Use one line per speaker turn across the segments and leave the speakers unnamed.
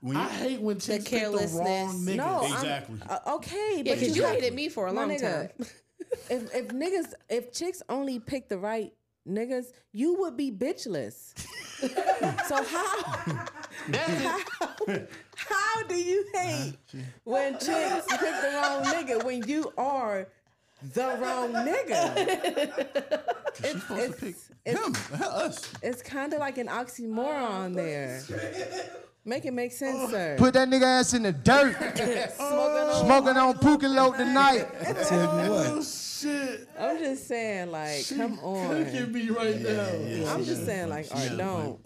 When you,
I hate when
The
chicks pick the wrong
carelessness.
nigga.
No, I'm-
Exactly.
Uh, okay,
Yeah,
but
because
you,
you
got-
hated me for a
my
long time.
nigga, if, if niggas, if chicks only pick the right niggas, you would be bitchless. so how how do you hate when chicks pick the wrong nigga when you are the wrong nigga?
She's supposed to pick him, us.
It's kind of like an
Oh,
oxymoron there. Make it make sense, sir.
Put that nigga ass in the dirt. Smoking on Pukalo tonight.
Tell you what.
Shit,
I'm just saying, like,
Oh. she
come
cooking
on.
me right now.
I'm just saying, like, all right, don't.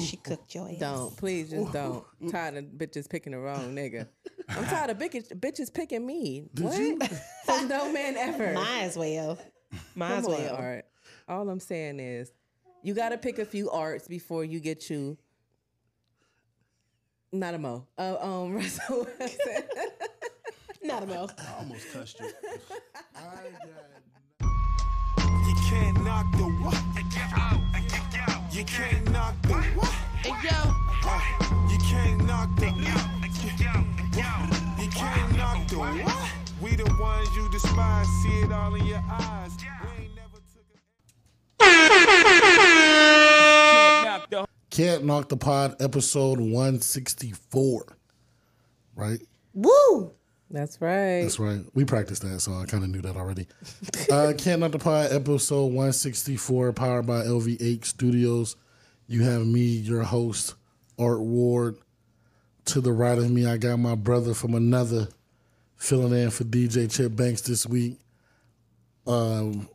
She cooked your ass.
Don't please just don't. I'm tired of bitches picking the wrong nigga. I'm tired of bitches, bitches picking me. what? From no man ever.
Might as well. Might
Come
as
on,
well.
Art. All I'm saying is, you got to pick a few arts before you get you. Not a mo. Uh, um, Russell Wilson.
Not a mo.
I almost touched you.
You can't knock the what? You can't knock the what? Uh, You can't knock the You can't knock the what? We the ones you despise, see it all in your eyes. We ain't never took a-
Can't knock the pod episode 164. Right?
Woo!
That's right.
That's right. We practiced that, so I kind of knew that already. uh, Can't Knock the Pod, episode 164, powered by LV8 Studios. You have me, your host, Art Ward. To the right of me, I got my brother from another filling in for DJ Chip Banks this week. Um,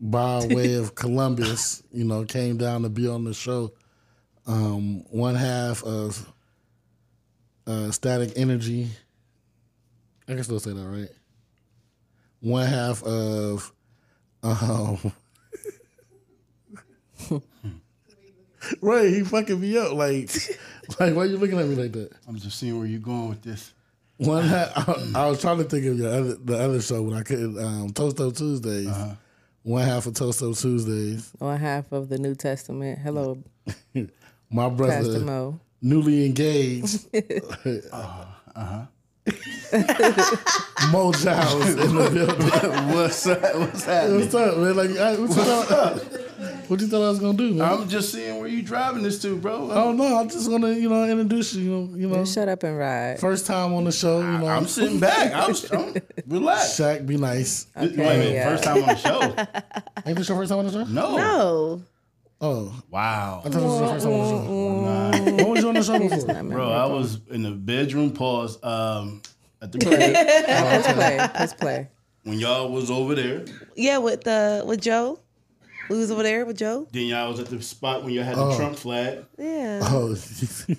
by way of Columbus, you know, came down to be on the show. Um, one half of uh, Static Energy. I can still say that, right? One half of um Right, he fucking me up. Like like why you looking at me like that?
I'm just seeing where you're going with this.
One half I, I was trying to think of the other the other show when I couldn't um Toast Up Tuesdays. One half of Toast Up Tuesdays.
One half of the New Testament. Hello,
My
Pastor
brother
Mo.
newly engaged Mo Giles in the building.
what's that? What's happening?
What's up, man? Like, I, what, you thought, what you thought I was gonna do, man?
I'm just seeing where you driving this to, bro.
I don't know. I just want to, you know, introduce you. You know, you know,
Shut up and ride.
first time on the show. You know,
I'm sitting back. I'm, I'm relaxed.
Shaq, be nice.
Wait a minute,
yeah.
First time on the show.
Ain't this your first time on the show?
No.
No.
Oh,
Wow.
I thought this was your first time on the show. When was you on the show before?
Bro, I was in the bedroom pause um, at the crib
Let's play. Let's play.
when y'all was over there.
Yeah, with uh, with Joe. We was over there with Joe.
Then y'all was at the spot when y'all had the Trump flag.
Yeah.
Oh,
Oh.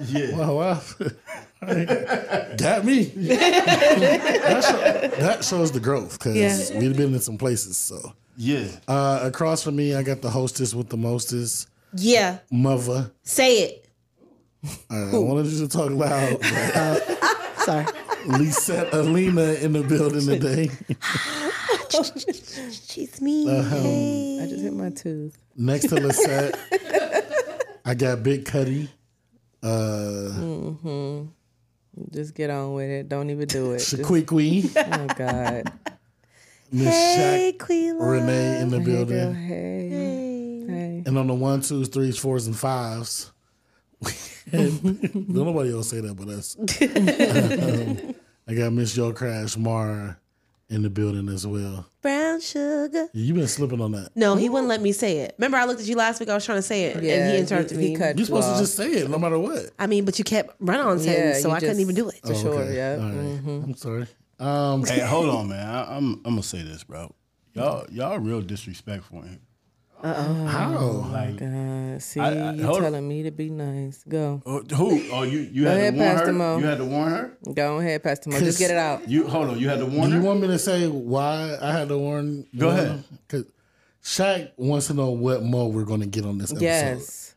Yeah.
wow, wow. Got me. that, show, that shows the growth because
Yeah.
we've been in some places. So
yeah.
uh, across from me, I got the hostess with the mostest,
Yeah.
mother. Uh,
Say it.
I wanted you to talk loud. but- uh,
Sorry.
Lisette Alina in the building today.
She's me.
I just hit my tooth.
Next to Lisette, I got Big Cuddy.
Mm.
Uh,
Just get on with it. Don't even do it. Just,
Shaquiqui,
oh God.
Miss
hey,
Shaq,
Quila.
Renee in the
Girl,
building,
hey. Hey.
and on the one, twos, threes, fours, and fives. Don't nobody else say that but us. Um, I got Miss Yo Crash Mara in the building as well.
Brown sugar.
You've been slipping on that.
No, he wouldn't let me say it. Remember, I looked at you last week. I was trying to say it, and he interrupted me.
He cut
You're supposed
off.
to just say it no matter what.
I mean, but you kept running on saying,
Yeah,
so
you
I couldn't
just- Oh,
even do it.
Oh.
for sure.
Okay,
Yeah.
all right. I'm sorry. Um,
Hey, hold on, man. I, I'm I'm gonna say this, bro. Y'all y'all real disrespectful. in here.
how?
Like
God, see,
I- I-
you
hold-
telling me to be nice. Go,
uh, who? Oh, you you
ahead,
had to warn
Pastor Mo.
her. You had to warn her.
go ahead, Pastor Mo. Just get it out.
You hold on. You had to warn
Do you
her.
want me to say why I had to warn?
Go
warn
ahead.
him? 'Cause Shaq wants to know what mo we're going to get on this episode.
Yes.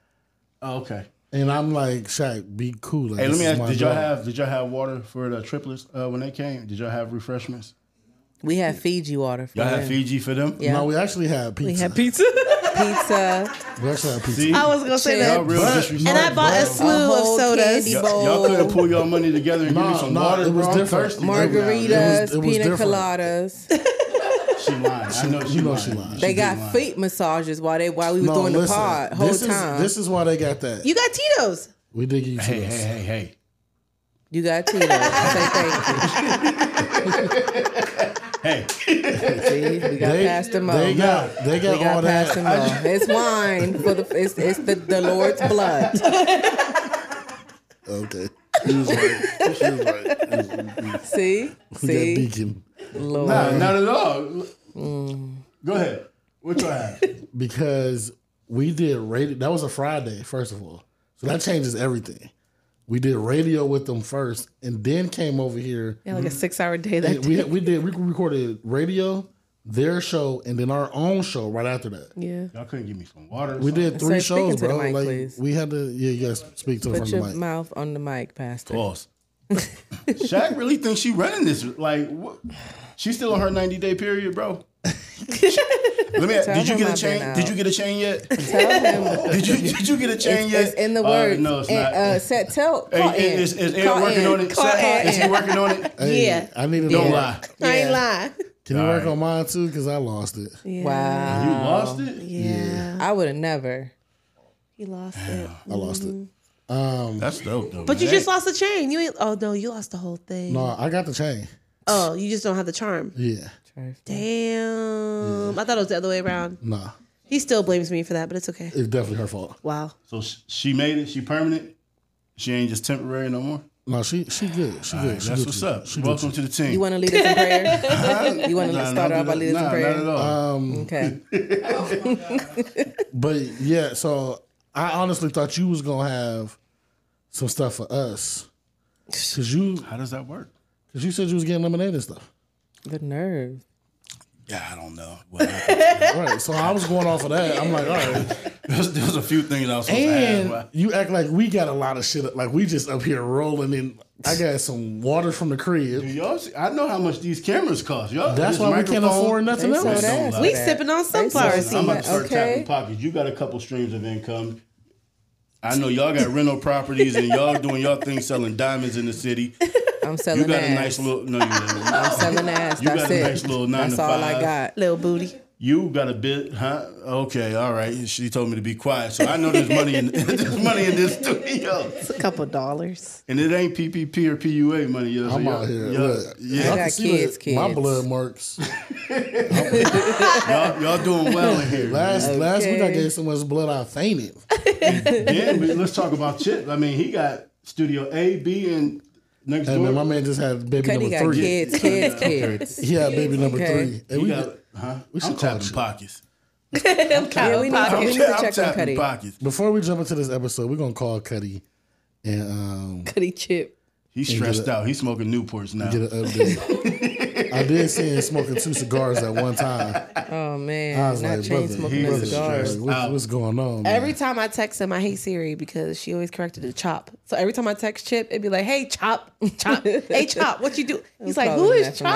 Oh, okay.
And I'm like, Shaq, be cool. Like,
Hey, let
this
me
is
ask.
my
Did y'all
dog.
have did y'all have water for the triplets uh, when they came? Did y'all have refreshments?
We have Fiji water. For
Y'all
them.
had Fiji for them.
Yeah.
No, we actually had pizza.
pizza. pizza,
We actually have pizza.
See?
I was gonna say
Chill.
y'all
that.
real
But-
disrespectful.
And I bought a
bro.
slew
A
of
whole
sodas.
candy
Y'all, y'all could have pulled y'all money together and give me
Nah,
some
nah,
water.
it was
bro. I'm
different.
thirsty.
It was-
margaritas,
it was
pina
different.
coladas.
She lying. I know she
You know
lying.
she lying.
She
They
just
got
lying.
feet massages while they while we was
No,
doing the
listen,
pod whole
this
time.
Is, this is why they got that.
You got Tito's.
we did get you
Hey,
to
hey,
this.
hey, hey.
you got Tito. I
Hey,
say thank you. See, we got
They,
past them
they
all.
got they got
We got
all
past them
that.
all. It's wine for the it's, it's the, the Lord's blood.
Okay. She was right. She was right.
See,
We got
see,
Beacon
Lord.
nah, not at all.
Mm.
Go ahead. What you have?
because we did radio. That was a Friday, first of all. So that changes everything. We did radio with them first, and then came over here.
Yeah, like a six-hour day that
And we we did we recorded radio, their show, and then our own show right after that.
Yeah.
Y'all couldn't give me some water. or
We
something?
did three
Sir, speak
shows,
into the
bro.
mic,
like
please.
we had to, yeah, you guys speak to the
Put
front
your
of the mic.
mouth on the mic, Pastor.
Boss. Shaq really thinks she running this. Like, what? she's still on her ninety day period, bro. Let me.
Tell
Did you
him I've
get a
been
chain?
out.
Did you get a chain yet?
Tell him.
Did you Did you get a chain
It's,
yet?
it's in the
Uh,
word.
no, it's
And,
not.
Uh, set, tell,
Hey,
call in.
is, is Ed
Call
working
in.
on it?
Call
Shaq,
in.
Is he working on it?
Hey,
Yeah.
I need to know.
Don't lie.
I ain't lying.
Can you work
Alright.
on mine too? Because I lost it.
You
Wow.
lost it.
Yeah.
I would have never.
He lost it.
I lost it.
Oh.
Mm, That's dope, though.
But you
man.
just lost the chain. You ain't oh no, you lost the whole thing.
No, I got the chain.
Oh, you just don't have the charm.
Yeah,
Damn. I thought it was the other way around.
nah,
He still blames me for that, but it's okay.
it's definitely her fault.
Wow.
So sh- she made it. She permanent. She ain't just temporary no more.
No, she she good. She good. she
That's
good
what's
too.
up. Welcome to the team.
You want to lead us in prayer? you want to
Nah,
start
not
off by
that-
leading us in
nah,
prayer?
Not at all.
Okay.
But yeah, so I honestly thought you was gonna have some stuff for us because you
How does that work?
because you said you was getting lemonade and stuff.
The nerve.
Yeah, I don't know. What happened?
All right, so I was going off of that. I'm like, all right,
There's, there's a few things I was supposed to
and
ask.
you act like we got a lot of shit. Like we just up here rolling in. I got some water from the crib.
but Y'all, see- I know how much these cameras cost. Y'all,
That's
this
why we can't
microphone-
afford nothing
They
else.
so
Don't
nasty.
lie.
We
that.
sipping on
They so
sunflower
nasty.
I'm about to
seeds.
start tapping
Okay.
pockets. You got a couple streams of income. I know y'all got rental properties and y'all doing y'all thing selling diamonds in the city.
I'm selling
You got
ass.
a nice little no, you didn't.
I'm selling ass.
You
That's
got a
it.
nice little nine
That's
to
all I
five.
got.
Little booty.
You got a bit, huh? Okay, all right. She told me to be quiet, so I know there's money in there's money in this studio,
It's a couple dollars.
and it ain't PPP or PUA money. Yo, so
I'm
y'all-
out here.
y'all-
Look,
yeah.
y'all
I
can
got
see
kids,
that My
kids.
blood marks.
y'all, y'all doing well in here. man.
Last last week I
Okay.
gave so much blood I fainted.
Then but let's talk about Chip. I mean, he got Studio A, B, and next
Hey
door.
man, my man just had baby
Cuddy
number
got
three.
kids, kids, kids.
He had baby number
Okay.
three. And
He
we,
got, huh?
we
I'm
should call
tapping
Chip.
pockets.
yeah, we need, to- we need to
I'm
check on
tapping
Cuddy.
pockets.
before we jump into this episode, we're gonna call Cuddy and um,
Cuddy chip.
He's stressed out. He's smoking Newports now.
get an update. I did see him smoking two cigars at one time.
Oh man,
I was
not
like,
chain
brother,
smoking no
brother,
cigars.
stressed.
like, what's,
out.
what's going on? man?
Every time I text him, I hate Siri because she always corrected the chop. So every time I text Chip, it'd be like, "Hey Chop, Chop, hey Chop, what you do?" He's like, "Who
calling
is
that from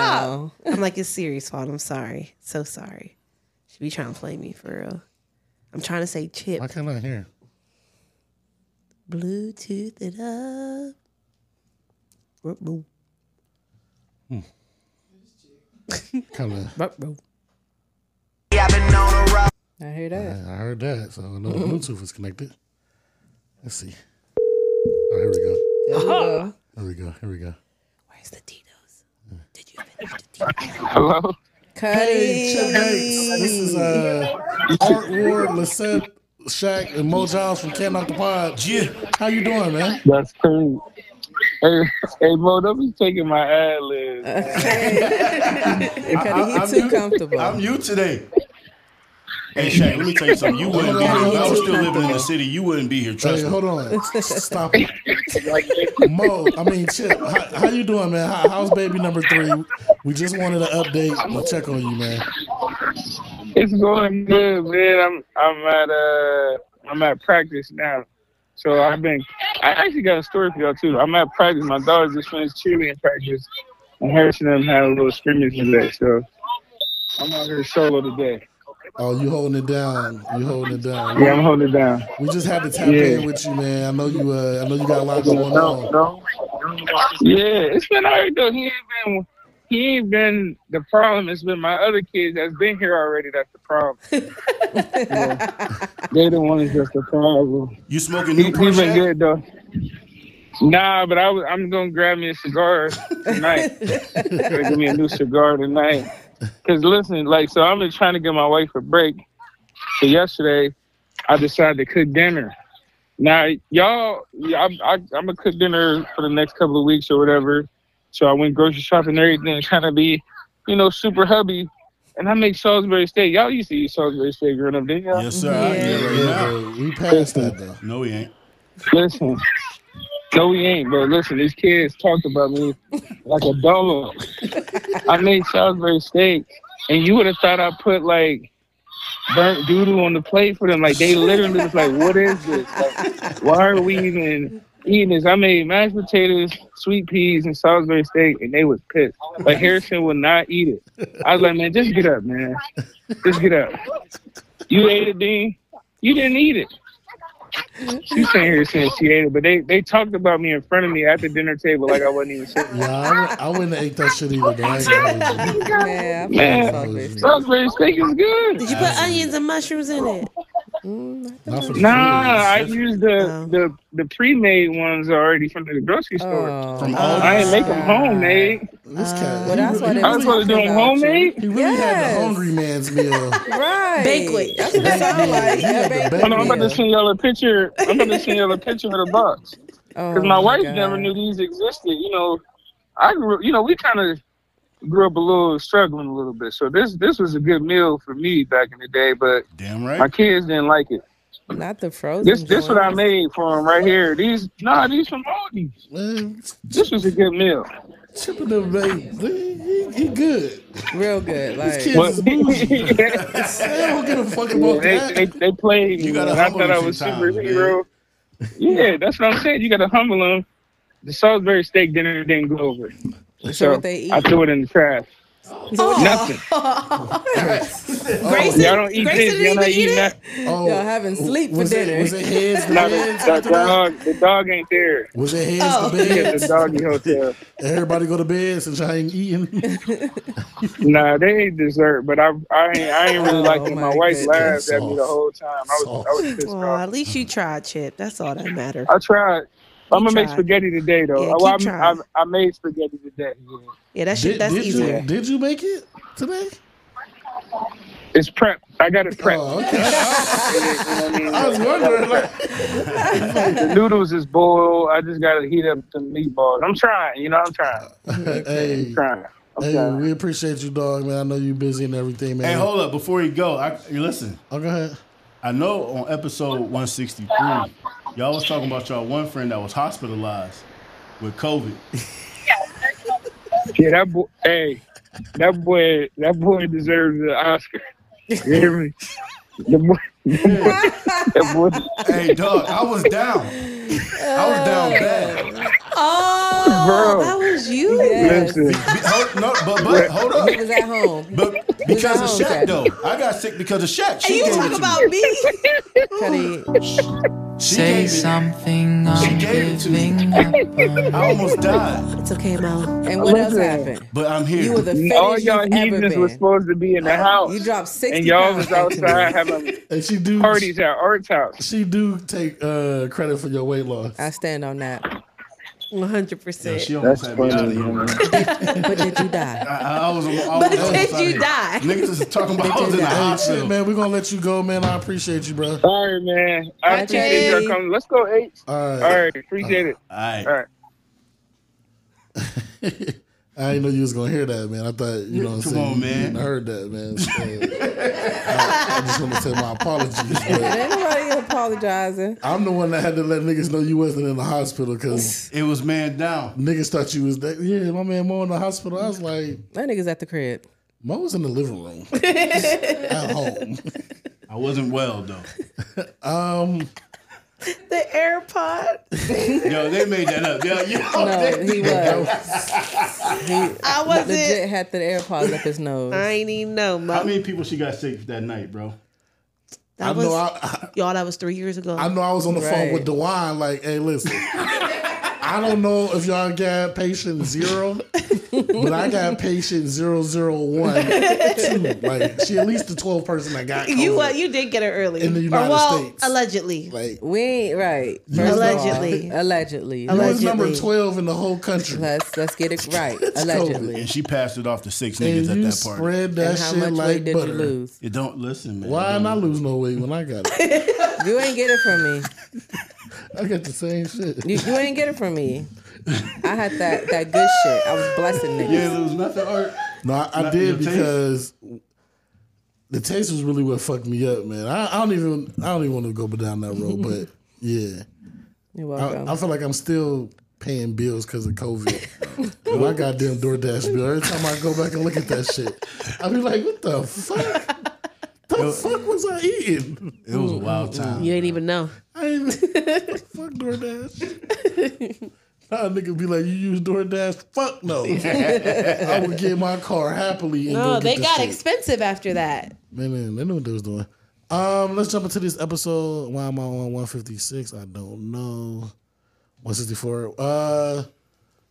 Chop?" I'm like, "It's Siri's fault. I'm sorry, so sorry." She be trying to play me for real. I'm trying to say Chip,
Why can't I hear?
Bluetooth it up. Ruh, ruh,
Kind of.
ruh, ruh.
I hear that.
I heard that, so I know the
Mm-hmm.
Bluetooth is connected. Let's see. Oh, here we go.
There we go.
Here we go. Here we go.
Where's the Tito's? Did you finish the Tito's?
Cuddy.
This is uh, Art Ward, Lissette, Shaq, and Mo Giles from Can't Knock the Pod.
Yeah.
How you doing, man?
That's crazy. Hey, hey, Mo, don't be taking my ad libs.
Cuddy, he
I'm
too
you-
comfortable.
I'm you today. Hey Shaq, let me tell you something. You wouldn't be here. If I was still living in the city, you wouldn't be here.
Hey,
Trust me.
hold on. Stop it. Mo, I mean, Chip, how, how you doing, man? How, how's baby number three? We just wanted an update. We'll check on you, man.
It's going good, man. I'm I'm at uh I'm at practice now. So I've been I actually got a story for y'all too. I'm at practice. My daughter just finished cheerleading practice. And Harrison and them had a little scrimmage today, so I'm out here solo today.
Oh, you holding it down. You holding it down.
Yeah, I'm holding it down.
We just had to tap
Yeah.
in with you, man. I know you. Uh, I know you got a lot going
No,
on.
no. Yeah, it's been alright though. He ain't been. He ain't been the problem. It's been my other kids that's been here already. That's the problem. Yeah. They the ones that's the problem.
You smoking
He, he
Newport,
been
Shaq?
good though. Nah, but I was, I'm gonna grab me a cigar tonight. Gotta give me a new cigar tonight. Cause listen, like, so I've been trying to give my wife a break. So yesterday, I decided to cook dinner. Now, y'all, I, I, I'm gonna cook dinner for the next couple of weeks or whatever. So I went grocery shopping and everything, trying to be, you know, super hubby. And I make Salisbury steak. Y'all used to eat Salisbury steak growing up, didn't y'all?
Yes, sir. I get it right
Yeah,
now.
dude, we passed that though.
No, he ain't.
Listen, no, we ain't, but listen, these kids talked about me like a dog. I made Salisbury steak, and you would have thought I put like burnt doodle on the plate for them. Like they literally was like, "What is this? Like, why are we even eating this?" I made mashed potatoes, sweet peas, and Salisbury steak, and they was pissed. Like Harrison would not eat it. I was like, "Man, just get up, man, just get up." You ate it, Dean. You didn't eat it. She's sitting here saying she ate it, but they, they talked about me in front of me at the dinner table like I wasn't even sitting.
Yeah, I, wou- I wouldn't have ate that shit either. Though. I ain't gonna hold you.
Man, I
Man.
fucking saw this.
Salisbury steak is good.
Did you put onions and mushrooms in it?
Not for the
Nah, I
food.
used
Oh.
the, the the pre-made ones already from the grocery store.
Oh,
From all
I Uh, ain't make them homemade.
This cat.
uh, well,
he
that's
really-
what they
I was supposed to do them homemade.
He really had
Yes.
the hungry man's meal.
Right.
Banquet.
That's what it sound like.
Yeah,
A
the
banquet.
banquet.
Hold on, I'm about to send y'all a picture. I'm about to send y'all a picture of the box
Oh,
because my wife
God.
never knew these existed. You know, I grew. You know, we kind of grew up a little struggling a little bit. So this this was a good meal for me back in the day, but
Damn
my
right.
kids didn't like it.
Not the frozen.
This this what I
joints.
made for them right here. These nah, these from Aldi.
Man,
This was a good meal.
tipping the baby. He, he good.
Real good. Like,
kid-
But
This is I
they,
don't give a fuck about that.
they, they played me.
You gotta
man. I
humble
thought I
them
was
sometimes,
superhero. Yeah, that's what I'm saying. You gotta humble them. The Salisbury steak dinner didn't go over,
so
so
what they eat.
I threw it in the trash. Nothing.
Grayson,
Y'all don't eat
Grayson
this. Y'all
didn't
not
even eat
eating
it.
that.
Oh,
Y'all having sleep for
was it,
dinner.
Was it heads? The
Not
beds?
the, the dog. The dog ain't there.
Was it heads?
Oh.
The
He at
beds?
the doggy hotel.
Everybody go to bed since I ain't eating.
Nah, they ate dessert, but I I ain't, I ain't really
Oh,
like it. My,
my
wife
goodness.
laughed at me the whole time. I was, I was pissed
Well,
off.
at least you tried, Chip. That's all that matters.
I tried. I'm gonna make
tried.
spaghetti today though.
Yeah,
Oh, I,
keep
I,
trying.
I made spaghetti today. Yeah.
Yeah, that shit,
Did,
that's
did
easier.
you did you make it today?
It's prep. I got it prepped.
Oh, okay. I was wondering. Like,
The noodles is boiled. I just gotta heat up the meatballs. I'm trying. You know, I'm trying.
hey,
I'm trying. I'm
Uh, hey,
trying.
we appreciate you, dog, man. I know you busy and everything, man.
Hey, hold up. Before you go, I, you listen.
oh, go ahead.
I know on episode 163, y'all was talking about y'all one friend that was hospitalized with COVID.
Yeah, that boy. Hey, that boy. That boy deserves an Oscar. You hear me? The boy. that boy.
hey, dog, I was down. I was down bad.
Oh,
Bro.
that was you.
Yes.
Listen.
Be- hold- no, but, but hold up.
He was at home.
But because of
home,
Shaq,
Shaq.
though, I got sick because of Shaq.
And
She
you
gave it
talk
to
about
me.
me.
Cutty,
She
Say
gave it.
something,
She
I'm
gave it to me.
giving up.
I almost died,
It's okay, Mo.
and what else
Listen.
happened?
but I'm here.
You were the
All
fittest
y'all
you've ever
heathens
been. Uh,
was supposed to be in the house,
you dropped 60
and y'all was
pounds.
outside having
Hey, she do
parties at Art's house.
She do take uh, credit for your weight loss.
I stand on that.
100%.
Yeah, she almost had me out of here. man.
But did you die?
I, I was, I was
But
almost
did
outta
you
here.
die?
Niggas is talking about I was in the
Hey, shit,
hospital.
man, we're gonna let you go, man. I appreciate you, bro.
All right, man.
Okay.
I appreciate y'all coming. Let's go eight.
All
All
right.
right, appreciate it.
All right.
All right.
I didn't know you was gonna hear that, man. I thought you know. What I'm
Come
saying,
on,
you
man.
didn't heard that, man. So, I, I just want to say my apologies. But
Ain't nobody apologizing.
I'm the one that had to let niggas know you wasn't in the hospital because
It was man down.
niggas thought you was there. Yeah, my man Mo in the hospital. I was like,
That nigga's at the crib.
Mo was in the living room at home.
I wasn't well though.
Um,
The AirPod.
Yo, they made that up. Yo, yo,
No,
they-
he was. he
I wasn't.
legit had the AirPods up his nose.
I ain't even know.
How
Mom.
many people she got sick that night, bro?
That
I
was
know I,
y'all. That was three years ago.
I know I was on the phone
Right.
with Dewan. Like, hey, listen, I don't know if y'all got patient zero, but I got patient zero zero one two. Like, she at least the twelve person that got COVID.
you uh, you did get it early
In the
Or,
United
well,
States.
Allegedly.
like,
We ain't right.
was
First of all,
Allegedly.
allegedly.
I was number
Allegedly.
twelve in the whole country.
Let's let's get it right.
And
Allegedly.
she passed it off to six
and
niggas at
you
that party.
spread that
And how
shit
much
like
weight did
butter.
you lose?
It don't listen, man.
Why did I lose no weight when I got it?
You ain't get it from me.
I got the same shit.
You, you ain't get it from me. I had that that good shit. I was blessing niggas.
You ain't lose nothing, Art.
No, I, I
Not
did
your taste?
because the taste was really what fucked me up, man. I, I don't even I don't even want to go down that road, but yeah,
You're
I,
welcome.
I feel like I'm still paying bills because of COVID. My goddamn DoorDash bill. Every time I go back and look at that shit, I be like, what the fuck? The fuck was I eating?
It was a wild time.
You didn't even know.
I ain't fuck DoorDash. Nah, nigga be like, you use DoorDash? Fuck no. I would get my car happily. And
No,
go
they
get
got
expensive.
expensive after that.
Man, man, they knew what they was doing. Um, let's jump into this episode. Why am I on 156? I don't know. 164. Uh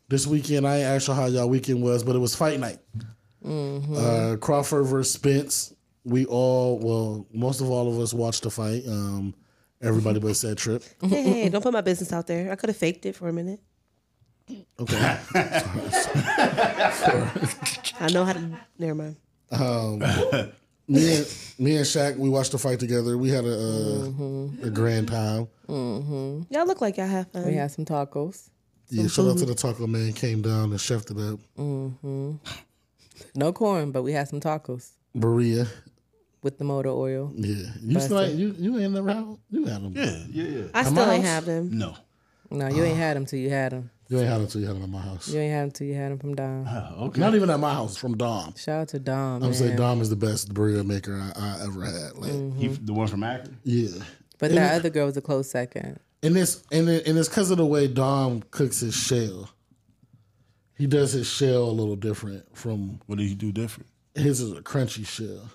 this weekend, I ain't asked y'all how y'all weekend was, but it was fight night.
Mm-hmm.
Uh Crawford versus Spence. We all, well, most of all of us watched the fight. Um, everybody but said trip.
Hey, don't put my business out there. I could have faked it for a minute.
Okay.
I know how to. Never mind.
me and me and Shaq, we watched the fight together. We had a uh, a grand time.
Y'all look like y'all have fun.
we had some tacos.
Yeah, shout out to the taco man came down and chefed it up.
No corn, but we had some tacos
Berea.
with the motor oil.
Yeah, you still ain't you you ain't never had you had them.
Yeah, yeah, yeah.
I still ain't
house?
have them.
No.
No, you ain't had them till you had them.
You ain't had them till you had them at my house.
You ain't had them till you had them from Dom.
Oh, okay.
Not even at my house from Dom.
Shout out to Dom.
Uh-huh. I
man.
would say Dom is the best burrito maker I, I ever had. Like,
He, the one from Akron?
yeah,
But that other girl was a close second.
and it's and it, and it's because of the way Dom cooks his shell. He does his shell a little different from
What did he do different?
his is a crunchy shell.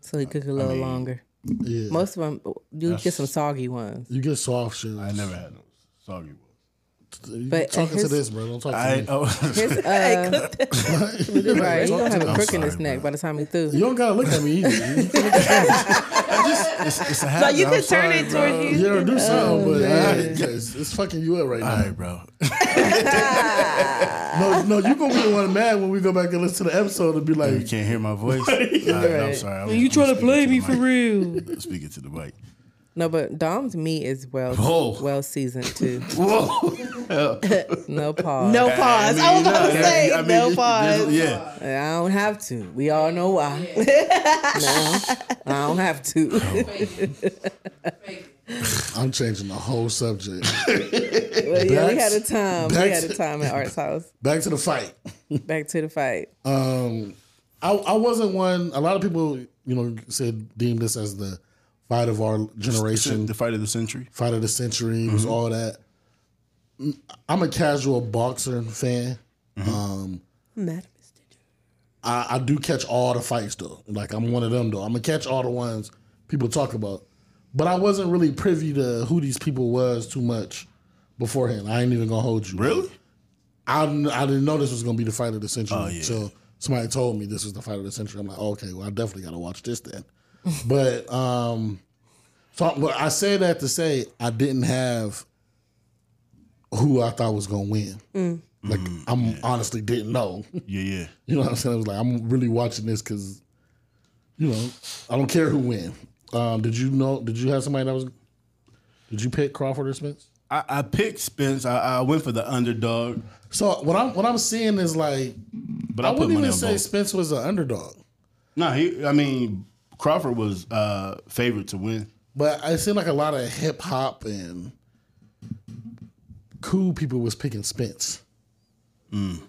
So he cooked a little longer.
Yeah,
Most of them, you get some soggy ones.
you get soft shells.
I never had those. Soggy ones.
You
But
talking to
his-
this, bro? Don't talk to
I,
me.
oh,
His, uh,
Don't
right, he
talk
gonna
to
have a
me.
crook in his neck by the time he through.
You don't gotta look at me either.
it's, it's a
No,
habit.
you
I'm
could turn
sorry,
it
bro.
towards you.
You
Oh,
don't do something, but I, it's, it's fucking you up right now.
All right, bro.
No, no, you gonna be the one mad when we go back and listen to the episode and be
You
like,
can't hear my voice. All right, I'm sorry. I'm, I'm speaking the mic.
real?
I'm speaking to the mic.
No, but Dom's meat is well
Whoa.
well seasoned too.
Whoa.
No pause.
No pause. I, was about to say no pause.
Yeah.
I don't have to. We all know why. no, I don't have to.
I'm changing the whole subject.
But yeah, we
Back-
had a time. We
back
had a
to-
time at Art's house.
Back to the fight.
Back to the fight.
Um, I, I wasn't one. A lot of people, you know, said deem this as the fight of our generation, Mm-hmm.
The fight of the century.
fight of the century, it was all that. Mm, I'm a casual boxer fan. Um,
Madam is
I, I do catch all the fights though. Like I'm one of them though. I'm gonna catch all the ones people talk about. But I wasn't really privy to who these people was too much beforehand. I ain't even gonna hold you.
Really?
I, didn't- I didn't know this was gonna be the fight of the century
Oh, yeah.
until somebody told me this was the fight of the century. I'm like, okay, well I definitely gotta watch this then. but um, so but I say that to say I didn't have who I thought was gonna win. Like
Mm,
I'm honestly didn't know.
Yeah, yeah.
You know what I'm saying? I was like, I'm really watching this because, you know, I don't care who win. Um, did you know? Did you have somebody that was? Did you pick Crawford or Spence?
I, I picked Spence. I, I went for the underdog,
So what I'm what I'm seeing is like
but
I,
I, put
wouldn't
money
even
on
say
both.
Spence was an underdog,
No, he. I mean, Crawford was uh, favored to win.
but I seemed like a lot of hip hop and cool people was picking Spence.
Mm.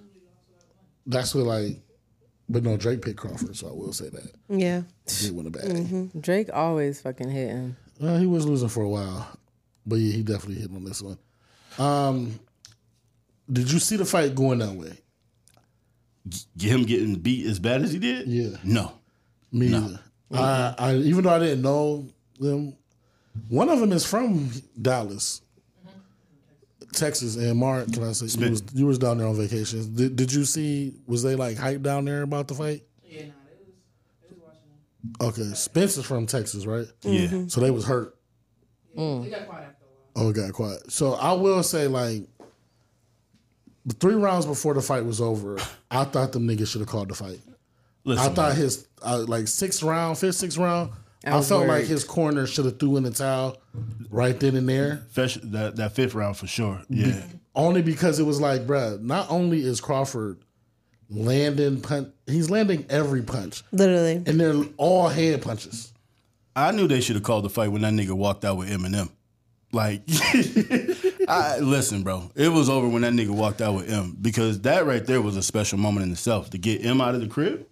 That's what like, but no Drake picked Crawford, so I will say that
Yeah.
he won a bag.
Drake always fucking hitting.
Uh, he was losing for a while, but yeah, he definitely hit on this one. Um, did you see the fight going that way?
Him getting beat as bad as he did?
Yeah.
No.
Me either. I, I even though I didn't know them, one of them is from Dallas, Texas, and Mark. Can I say you was, you was down there on vacation? Did, did you see? Was they like hyped down there about the fight? Okay, Spencer's from Texas, right?
Yeah.
Mm-hmm.
So they was hurt. Oh, it got quiet. So I will say, like, the three rounds before the fight was over, I thought them niggas should have called the fight. I
Listen,
thought his uh, like sixth round, fifth, sixth round. I,
was
felt like
worried.
his corner should have threw in the towel right then and there.
fesh- that, that fifth round for sure. Yeah.
Only because it was like, bruh, not only is Crawford landing punch, he's landing every punch,
Literally.
and they're all head punches.
I knew they should have called the fight when that nigga walked out with Eminem. Like, I, listen, bro, it was over when that nigga walked out with M because that right there was a special moment in itself to get M out of the crib.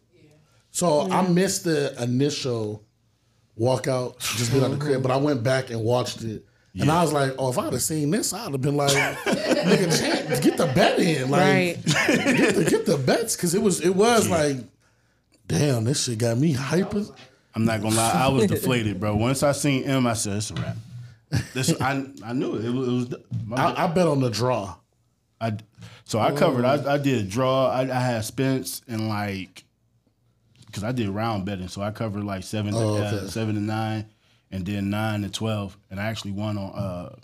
So I missed the initial walkout, just being on the crib, but I went back and watched it. And I was like, oh, if I'd have seen this, I'd have been like, nigga, Chad, get the bet in. Like,
Right.
get, the, get the bets. Cause it was, it was like, damn, this shit got me hyper.
I'm not gonna lie, I was deflated, bro. Once I seen M, I said it's a wrap. This I I knew it. It was, it was my,
I, I bet on the draw.
I so I covered. I, I did draw. I, I had Spence and like because I did round betting, so I covered like seven,
Oh,
to, uh,
okay.
seven to nine, and then nine to twelve, and I actually won on uh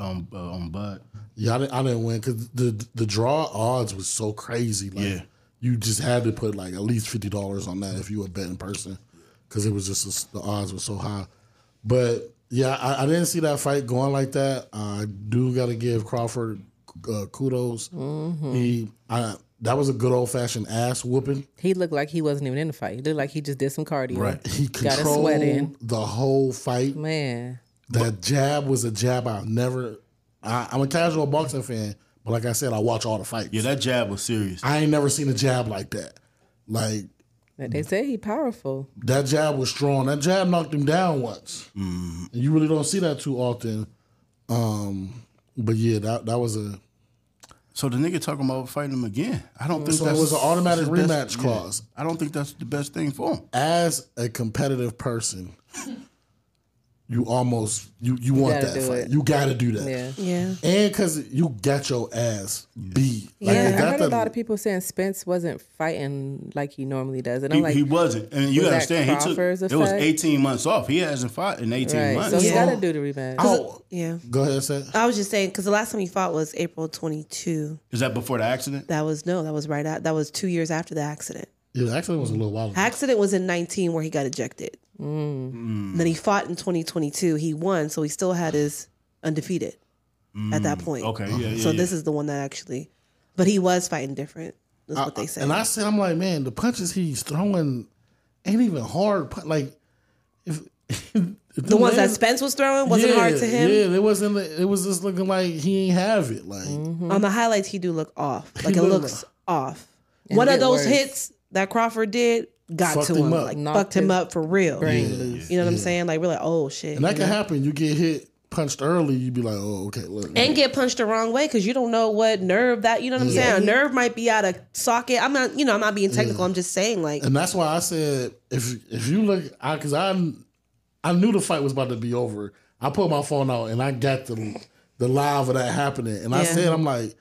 on uh, on Bud.
Yeah, I didn't, I didn't win because the the draw odds was so crazy. Like,
Yeah.
you just had to put like at least fifty dollars on that if you were betting person, because it was just the odds were so high. But yeah, I, I didn't see that fight going like that. I do got to give Crawford uh, kudos.
Mm-hmm.
He I, that was a good old fashioned ass whooping.
He looked like he wasn't even in the fight. He looked like he just did some cardio.
Right.
He
Got a sweat in. Mm-hmm.
controlled the whole fight.
Man.
That jab was a jab I've never. I, I'm a casual boxing fan, but like I said, I watch all the fights.
Yeah, that jab was serious.
I ain't never seen a jab like that. Like
Like They say he powerful.
that jab was strong. That jab knocked him down once.
Mm-hmm.
And you really don't see that too often. Um, but yeah, that that was a
So the nigga talking about fighting him again. I don't think
so
that's
it was an automatic
that's-
rematch
yeah.
clause.
I don't think that's the best thing for him.
As a competitive person, you almost you you want
gotta
that
do
fight.
it.
You got to do that.
Yeah.
Yeah.
And because you got your ass beat. Like,
Yeah,
is
I
I
that
heard
the-
a lot of people saying Spence wasn't fighting like he normally does. And I'm
He,
like,
he wasn't, and you
was that
understand. He took
Crawford's
it was
effect?
eighteen months off. He hasn't fought in eighteen
right. So
months.
he
Yeah.
got to do the rematch.
Oh,
Yeah.
go ahead, say.
I was just saying, because the last time he fought was April 22.
Is that before the accident?
That was, no, that was right out. That was two years after the accident.
It actually was a little while. ago.
Accident was in 19 where he got ejected. Then he fought in 2022. He won, so he still had his undefeated at that point.
Okay, yeah, yeah.
So
yeah.
this is the one that actually, but he was fighting different. That's what they said.
And I said, I'm like, man, the punches he's throwing ain't even hard. pu- Like, if, if
the ones that Spence was throwing wasn't hard to him.
Yeah, it wasn't. It was just looking like he ain't have it. Like,
On the highlights, he do look off. Like it
look
looks off. One
it
of those
worse.
hits that Crawford did got
Fucked
to
him
him,
up.
like
Knocked
fucked him
his
up for real. You know what I'm saying? Like we're like, oh shit.
and that can happen. You get hit, punched early, you be like, oh, okay, look.
and get punched the wrong way because you don't know what nerve that you know what I'm saying. A nerve might be out of socket. I'm not, you know, I'm not being technical. I'm just saying like
and that's why I said, if if you look, I because I I knew the fight was about to be over. I put my phone out and I got the the live of that happening, and I
Yeah.
said, I'm like,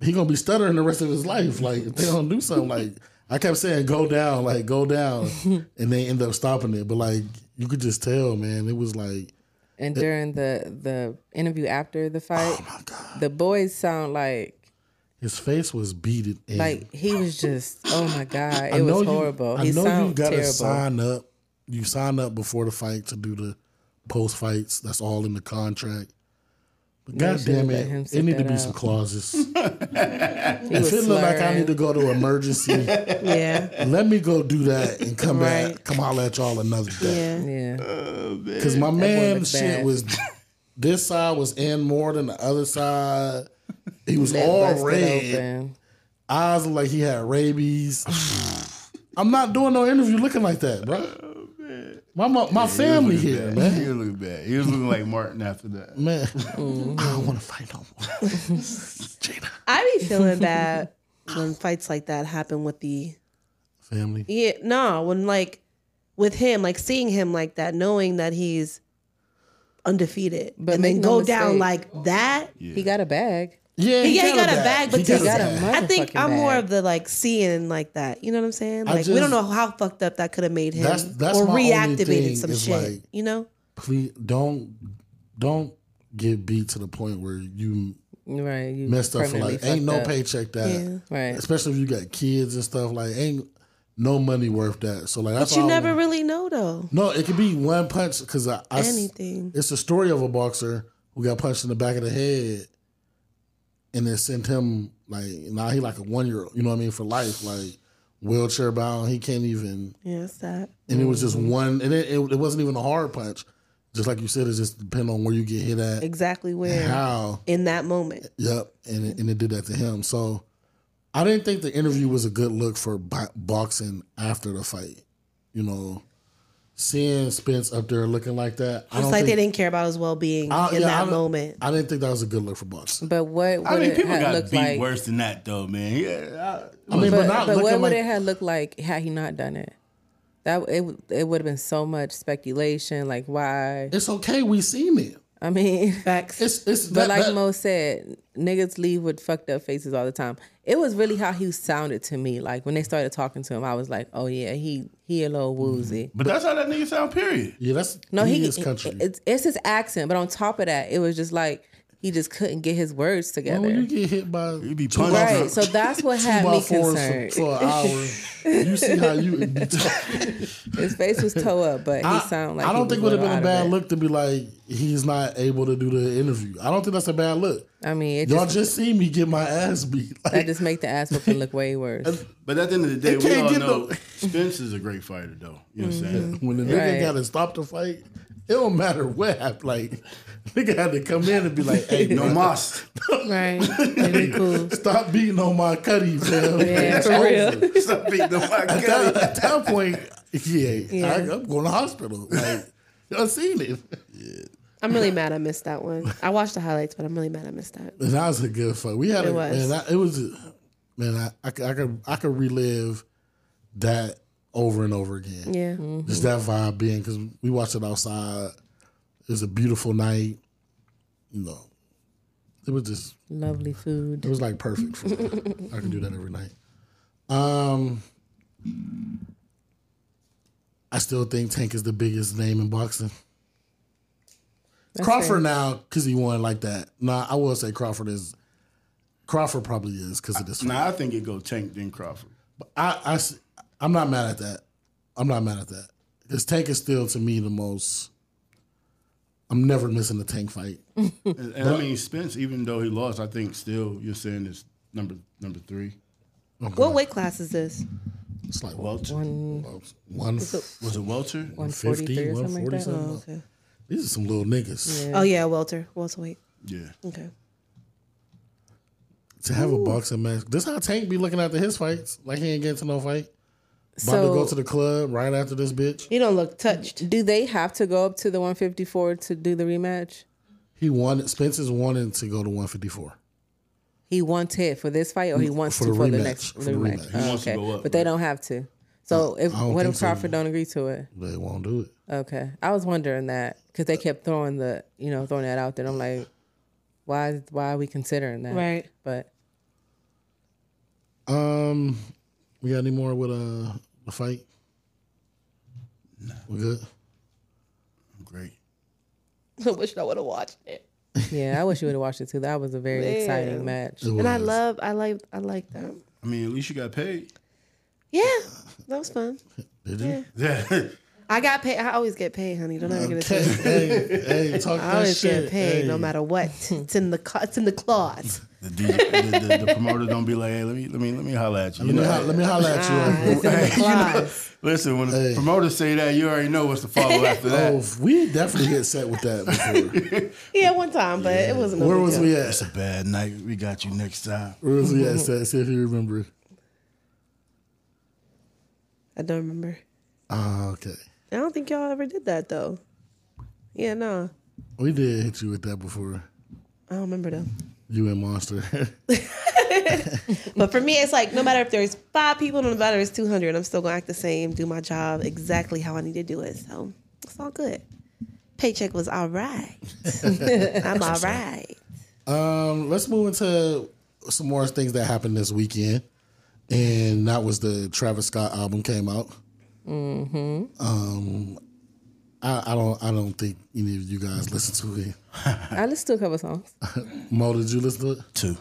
he gonna be stuttering the rest of his life. Like if they don't do something, like I kept saying, go down, like go down, and they end up stopping it. But like you could just tell, man, it was like
and during the the interview after
Oh,
the fight, the boys sound like
his face was beaded. And
like he was just oh my god,
I
it
know
was
you-
horrible.
I
he
know you
sounded
gotta
terrible.
sign up. You sign up before the fight to do the post fights. That's all in the contract. But God
should've
damn
let him
it, it
sit
need to
that
be
out.
some clauses.
He
if
was
it look like I
slurring.
need to go to emergency,
yeah,
let me go do that and come back,
Right.
come holler at y'all another day.
yeah.
Uh,
yeah,
Because my man
looked
shit
bad.
was this side was in more than the other side. He was
That
all
busted
red.
open.
Eyes looked like he had rabies. I'm not doing no interview looking like that, bro. My mo- my family
He was
here,
looking bad.
man.
He was looking bad. He was looking like Martin after that.
Man,
Mm-hmm.
I don't want to fight no more. Jada,
I be feeling bad when fights like that happen with the
family.
yeah no when like with him like seeing him like that knowing that he's undefeated
But
and
make
then
no
go down
mistake.
like that.
He got a bag.
Yeah,
Yeah, he got a bag, but
He got
to-
a
got a
bag.
mother-
I think I'm
Motherfucking
more
bad.
of the like seeing like that. You know what I'm saying?
I
Like we
just-
don't know how fucked up that could have made him
That's- that's
or
my only thing
reactivated some
is,
shit.
like-
you know?
Please don't don't get beat to the point where you
Right. You
messed up for
permanently
like ain't
fucked
no
up.
paycheck that.
Yeah.
Right.
Especially if you got kids and stuff like ain't no money worth that. So like that's
But you
why I
never
want-
really know though.
No, it could be one punch because I, I s-
Anything.
It's the story of a boxer who got punched in the back of the head, and they sent him like now he like a one year old. You know what I mean for life, like wheelchair bound. He can't even,
Yeah, it's that.
and it was just
Mm.
one, and it, it, it wasn't even a hard punch. Just like you said, it just depend on where you get hit at,
Exactly where
how.
in that moment.
Yep, and it, and it did that to him. So I didn't think the interview was a good look for bo- boxing after the fight. You know, seeing Spence up there looking like that, I don't
It's like
think,
they didn't care about his well being
I-
in
yeah, I
that
don't-
moment.
I didn't think that was a good look for boxing.
But what would
I mean,
it
people
have
got
looked
beat
like?
worse than that, though, man. Yeah, I-
I mean, but,
But,
not
but
looking
what
like
would it have looked like had he not done it? That it w- it would have been so much speculation. Like why?
it's okay. We seen it.
I mean,
Facts.
It's it's that,
but like
that-
Mo said, niggas leave with fucked up faces all the time. It was really how he sounded to me. Like when they started talking to him, I was like, oh yeah, he he a little woozy.
but that's how that nigga sound. Period.
yeah, that's
No, he,
Mm-hmm. is country.
It's, it's his accent, but on top of that, it was just like he just couldn't get his words together.
when Oh, you get hit by
You be
two by-
punched.
Right, so that's what
two
had
by
me
fours
concerned.
for, for an hour, you see how you.
His face was toe up, but he sounded like
I
he
don't
was
think it would have
little
been a
out of
bad
it.
look to be like he's not able to do the interview. I don't think that's a bad look.
I mean, it
Y'all
just,
just see me get my ass beat.
that
Like,
just make the ass whooping look way worse.
But at the end of the day,
It
we
can't
all
get Mm-hmm.
know
no-
Spence is a great fighter, though. You know what I'm saying?
when the
Right.
nigga got to stop the fight, it don't matter what. hap- Like nigga had to come in and be like, "Hey,
No
no,
mas.
right.
stop beating on my cutty, fam."
Yeah,
It's
for
over.
real.
Stop beating the fuck
At
out of
that, at that point, yeah, I, am going to hospital. Like y'all seen it,
I'm really mad I missed that one. I watched the highlights, but I'm really mad I missed that.
and that was a good fight. We had
It
a
was.
man. I, it was man. I, I, could- I could I could relive that over and over again.
Yeah.
just that vibe being because we watched it outside. It was a beautiful night. You know, it was just
Lovely
it
food.
was like perfect for me. I can do that every night. Um, I still think Tank is the biggest name in boxing. Crawford now because he won like that. Nah, I will say Crawford is. Crawford probably is because of this.
Nah, I think it go Tank then Crawford.
I, I, am not mad at that. I'm not mad at that. This tank is still to me the most. I'm never missing a tank fight.
And, and I mean, Spence, even though he lost, I think still you're saying is number number three.
What weight class is this?
It's like one,
Welter
One
one
was it Welter?
one forty
50,
three or something
140,
like that. uh,
something.
Oh, okay.
These are some little niggas.
Oh yeah, welter, welterweight.
Yeah.
Okay.
To have a boxing match, this how Tank be looking after his fights. Like he ain't getting to no fight. About
So-
to go to the club right after this bitch.
You don't look touched.
Do they have to go up to the one fifty four to do the rematch?
He wanted Spencer's wanted to go to 154.
He wanted for this fight, or he wants
For
to
the
for the
rematch,
next
for the rematch.
rematch.
He
Oh,
wants to
okay,
go up,
but they
right?
don't have to. So if
I don't
what
think
if
so.
Crawford don't agree to it?
They won't do it.
Okay, I was wondering that because they kept throwing the you know throwing that out there. I'm like, why is- why are we considering that?
Right.
But
Um, we got any more with uh the fight? We good.
Great.
I wish I would have watched it.
yeah, I wish you would have watched it too. That was a very exciting match.
It
And I
was.
love, I like, I like them.
I mean, at least you got paid.
Yeah, that was fun.
Did you?
Yeah.
Yeah.
I got paid. I always get paid, honey. Don't ever get it
Okay.
twisted.
hey, hey, talk
I
that
always
shit.
get paid,
hey.
no matter what. It's in the ca- it's in the clause.
the, dude, the, the, the promoter don't be like, hey, let me let me let me holla at you. You
Let me,
know,
ho- let me holler at you.
Ah,
after-
it's in the
Hey, you
clause.
listen, when the
Hey.
promoters say that, you already know what's to follow after that.
Oh, we definitely get set with that before.
Yeah, one time, but it wasn't.
Where was we at?
It's a bad night. We got you next time.
Where was we at? Seth? See if you remember.
I don't remember.
Ah, okay.
I don't think y'all ever did that though. Yeah, no.
We did hit you with that before.
I don't remember though.
You and Monster.
But for me, it's like no matter if there's five people, no matter if it's 200, I'm still going to act the same, do my job exactly how I need to do it. So it's all good. Paycheck was all right. I'm all right.
um, let's move into some more things that happened this weekend, and that was the Travis Scott album came out. Mm-hmm. Um, I, I don't. I don't think any of you guys listened to it.
I listen to a couple songs.
Mo, did you listen to it?
Two.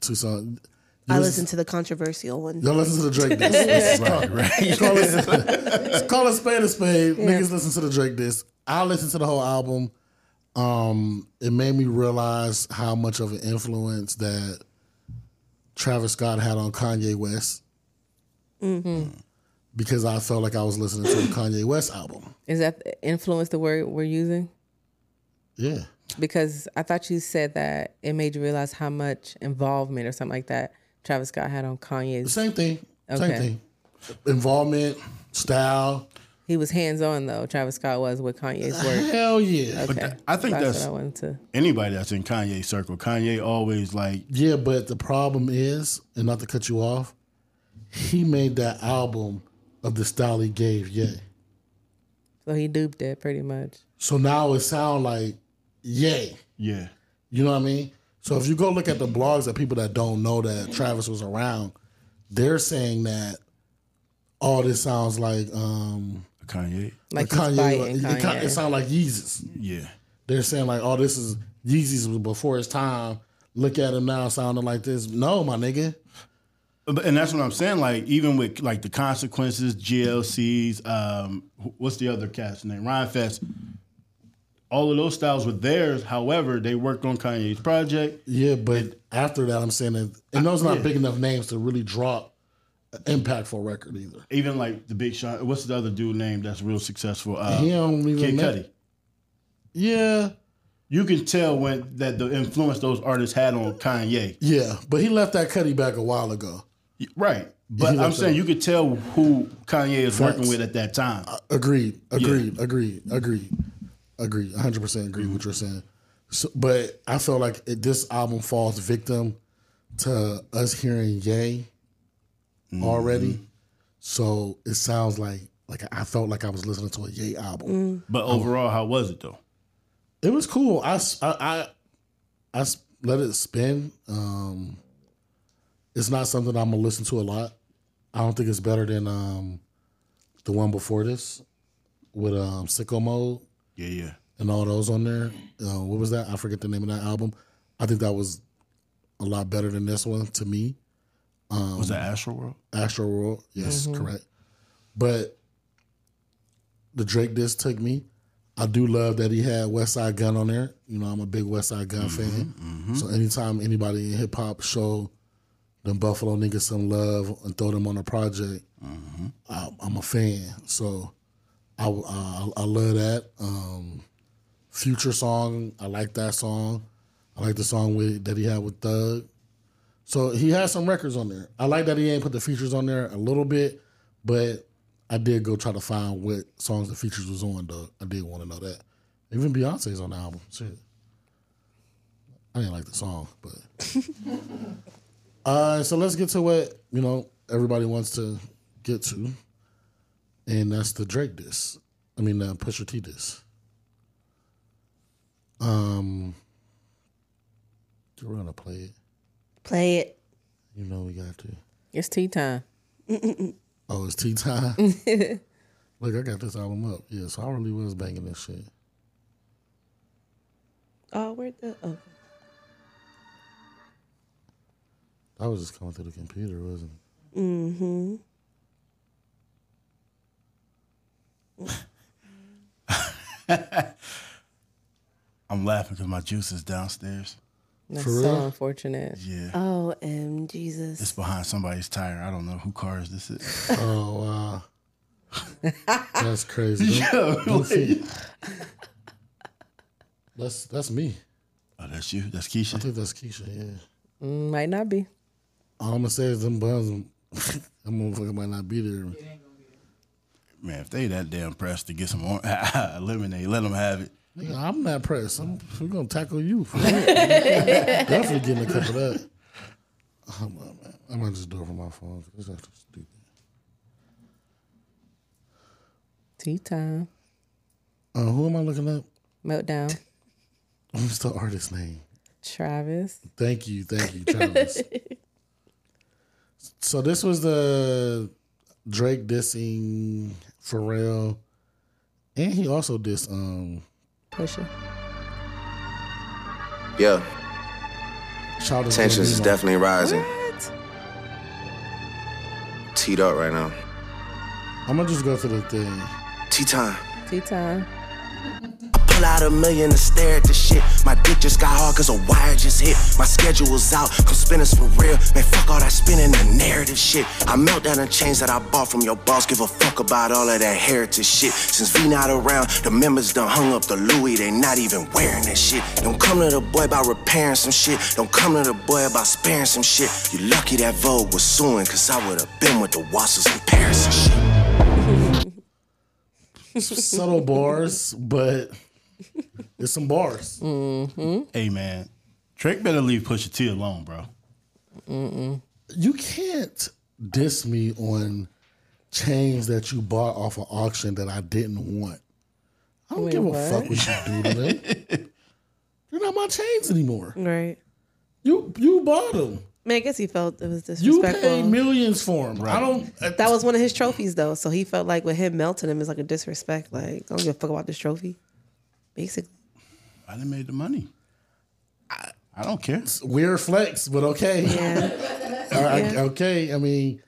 Two songs.
I listened to the controversial one.
Y'all listen to the Drake diss. Let's talk, right? call, it, let's call it spade a spade. Niggas listen to the Drake diss. I listened to the whole album. Um, it made me realize how much of an influence that Travis Scott had on Kanye West. Because I felt like I was listening to a Kanye West album.
Is that the influence the word we're using?
Yeah.
Because I thought you said that it made you realize how much involvement or something like that Travis Scott had on Kanye's.
Same thing.
Okay.
Same thing. Involvement, style.
He was hands on though. Travis Scott was with Kanye's work.
Hell yeah.
Okay.
I think
that's,
that's
what I wanted to.
anybody that's in Kanye's circle. Kanye always like
Yeah, but the problem is, and not to cut you off, he made that album of the style he gave Ye.
So he duped it pretty much.
So now it sound like Ye.
yeah.
You know what I mean? So if you go look at the blogs of people that don't know that Travis was around, they're saying that all this sounds like um
Kanye.
Like
a
he's fighting
it,
Kanye.
it sound like Yeezus.
Yeah.
They're saying like, oh, this is Yeezus was before his time. Look at him now sounding like this. No, my nigga.
But, and that's what I'm saying. Like even with like the consequences, GLCs, um, wh- what's the other cat's name? Ryan Fest. All of those styles were theirs. However, they worked on Kanye's project.
Yeah, but after that, I'm saying that, and those not big enough names to really drop an impactful record either.
Even like the Big Sean. What's the other dude name that's real successful? Uh,
He don't even
Kid
make-
Cudi.
Yeah,
You can tell when that the influence those artists had on Kanye.
yeah, but he left that Cuddy back a while ago.
Right. But
He
I'm
left
saying Uh,
it.
you could tell who Kanye is working
Facts.
with at that time.
Agreed, agreed, agreed, agreed, agreed. 100 percent agree with what
Mm-hmm.
you're saying. So, but I feel like it, this album falls victim to us hearing Yay already,
Mm-hmm.
so it sounds like like I felt like I was listening to a Yay album.
But overall, how was it though?
It was cool. I s- I- I- I s- let it spin. Um, it's not something I'm gonna listen to a lot. I don't think it's better than um, the one before this with um, Sicko Mode
Yeah, yeah.
and all those on there. Uh, what was that? I forget the name of that album. I think that was a lot better than this one to me.
was that Astral World?
Astro World. Yes, correct. But the Drake disc took me. I do love that he had West Side Gun on there. You know, I'm a big West Side Gun fan. So anytime anybody in hip hop show them Buffalo niggas some love and throw them on a project, I, I'm a fan. So I, I, I love that. Um, Future song, I like that song. I like the song with that he had with Thug. So he has some records on there. I like that he ain't put the features on there a little bit, but I did go try to find what songs the features was on though. I did want to know that. Even Beyonce's on the album. Shit. I didn't like the song, but uh so let's get to what, you know, everybody wants to get to. And that's the Drake diss. I mean uh Pusher T diss. Um we're gonna play it.
Play it.
You know we got to.
It's tea time.
Oh, it's tea time. Look, I got this album up. Yeah, so I really was banging this shit.
Oh, where the. Oh.
I was just coming through the computer, wasn't it?
I'm laughing because my juice is downstairs.
That's
For
so
real?
unfortunate.
Yeah.
Oh, and Jesus.
It's behind somebody's tire. I don't know who car is this. Is.
Oh, wow. that's crazy.
Oh,
Don't- don't see- that's that's me.
Oh, that's you. That's
I
Keisha.
think that's Keisha. Yeah.
Mm, Might not be.
All I'm gonna say is them buns. That motherfucker might not be there.
Man, if they that damn pressed to get some or- lemonade, let them have it.
Nigga, I'm not pressed. I'm, we're gonna tackle you. For real. Definitely getting a cup of that. I'm, I'm, gonna just do it from my phone. 'cause This is stupid.
Tea time.
Uh, who am I looking up?
Meltdown.
What's the artist name?
Travis.
Thank you, thank you, Travis. so this was the Drake dissing Pharrell, and he also dissed um
Pusha.
Yeah,
Child of
tensions is
Gambino.
definitely rising. Teed up right now.
I'm gonna just go to the thing.
Tea time.
Tea time.
Pull out a million and stare at the shit. My dick just got hard cause a wire just hit. My schedule's out, come spin us for real. Man, fuck all that spinning the narrative shit. I melt down the chains that I bought from your boss. Give a fuck about all of that heritage shit. Since V not around, the members done hung up the Louis. They not even wearing that shit. Don't come to the boy about repairing some shit. Don't come to the boy about sparing some shit. You lucky that Vogue was suing cause I would've been with the Wassers in Paris and shit.
Subtle bars, but it's some bars.
Hey man, Drake better leave Pusha T alone, bro.
You can't diss me on chains that you bought off an auction that I didn't want. I don't
Wait,
give a
what?
fuck what you do to them. They're not my chains anymore.
Right.
You you bought them.
I mean, I guess he felt it was
You
disrespectful.
paid millions for them. I don't. uh,
that was one of his trophies, though. So he felt like with him melting him is like a disrespect. Like, I don't give a fuck about this trophy. Basically.
I done made the money. I, I don't care.
weird flex, but okay.
Yeah.
I- I- okay, I mean,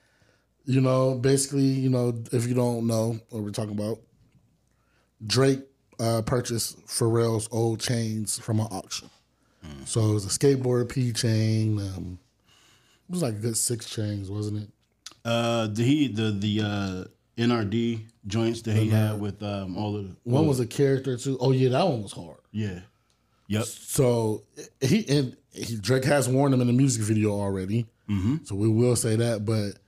you know, basically, you know, if you don't know what we're talking about, Drake uh, purchased Pharrell's old chains from an auction. So it was a skateboard P chain. Um, it was like a good six chains, wasn't it?
Uh, the he the the uh, NRD joints that he had with um all of the
One was a character too. Oh yeah, that one was hard.
yeah, yep.
So he and he, Drake has warned him in the music video already. So we will say that, but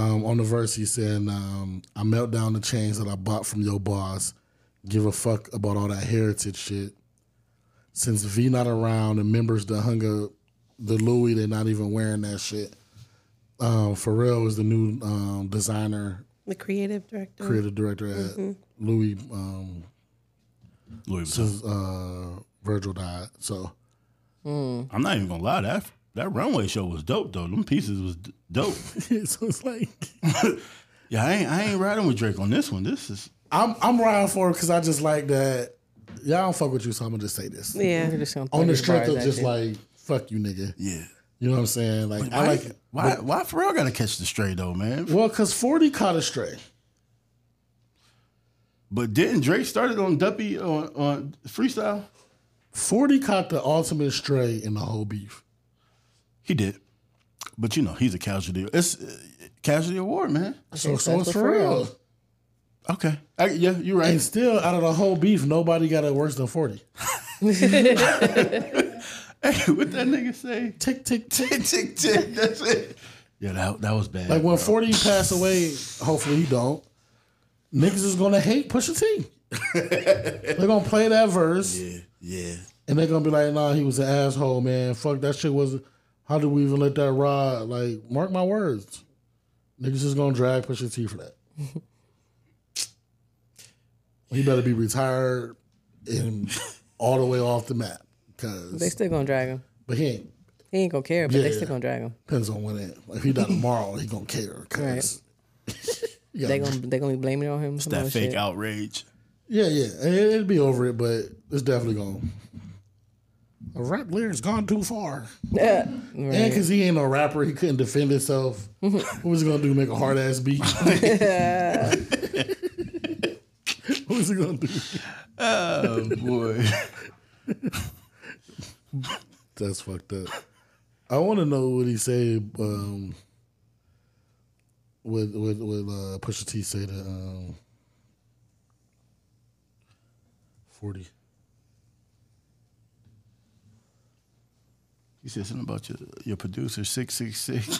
um, on the verse he said, um, "I melt down the chains that I bought from your boss. Give a fuck about all that heritage shit. Since V not around and members that hung up the Louis, they're not even wearing that shit. Um, Pharrell is the new um, designer,
The creative director.
creative director at Louis um,
Louis Vuitton.
since uh, Virgil died. So."
I'm not even gonna lie, that that runway show was dope though. Them pieces was d- dope.
so it's like
yeah, I ain't I ain't riding with Drake on this one. This is
I'm I'm riding for it because I just like that. Y'all don't fuck with you, so I'm gonna just say this
Yeah.
We're just gonna throw
on the
these
strength
bars
of
at
just
you.
like fuck you, nigga.
yeah.
You know what I'm saying? Like I
Why-
like it.
why why Pharrell gotta catch the stray though, man.
well because Forty caught a stray.
But didn't Drake started on Duppy on, on freestyle?
Forty caught the ultimate stray in the whole beef.
He did, but you know he's a casualty. It's uh, casualty award, man.
So so it's
that's
for
for
real.
real.
Okay, I, yeah, you're right.
And still, out of the whole beef, nobody got it worse than Forty.
hey, what that nigga say?
Tick tick tick.
Tick tick tick. That's it. Yeah, that that was bad.
Like when
bro.
Forty pass away, hopefully he don't. Niggas is gonna hate Pusha T. They're gonna play that verse.
yeah,
And they're gonna be like, nah, he was an asshole, man. Fuck that shit was how did we even let that ride? Like, mark my words. Niggas just gonna drag Pusha T for that. he better be retired and all the way off the map.
They
Cause
still gonna drag him.
but he ain't
He ain't gonna care, but they
Yeah.
still gonna drag him.
depends on when it like, if he die tomorrow, he gonna care. Cause you gotta-
They gonna they gonna be blaming it on him. some
that
other
fake
shit.
outrage.
Yeah, yeah. It, it'd be over it, but it's definitely gone. A rap lyric's gone too far. And because he ain't no rapper, he couldn't defend himself. what was he gonna do? Make a hard ass beat? what was he gonna do?
Oh boy.
That's fucked up. I want to know what he say. Um, what what what uh, Pusha T say to um, forty?
He said something about your your producer six six six.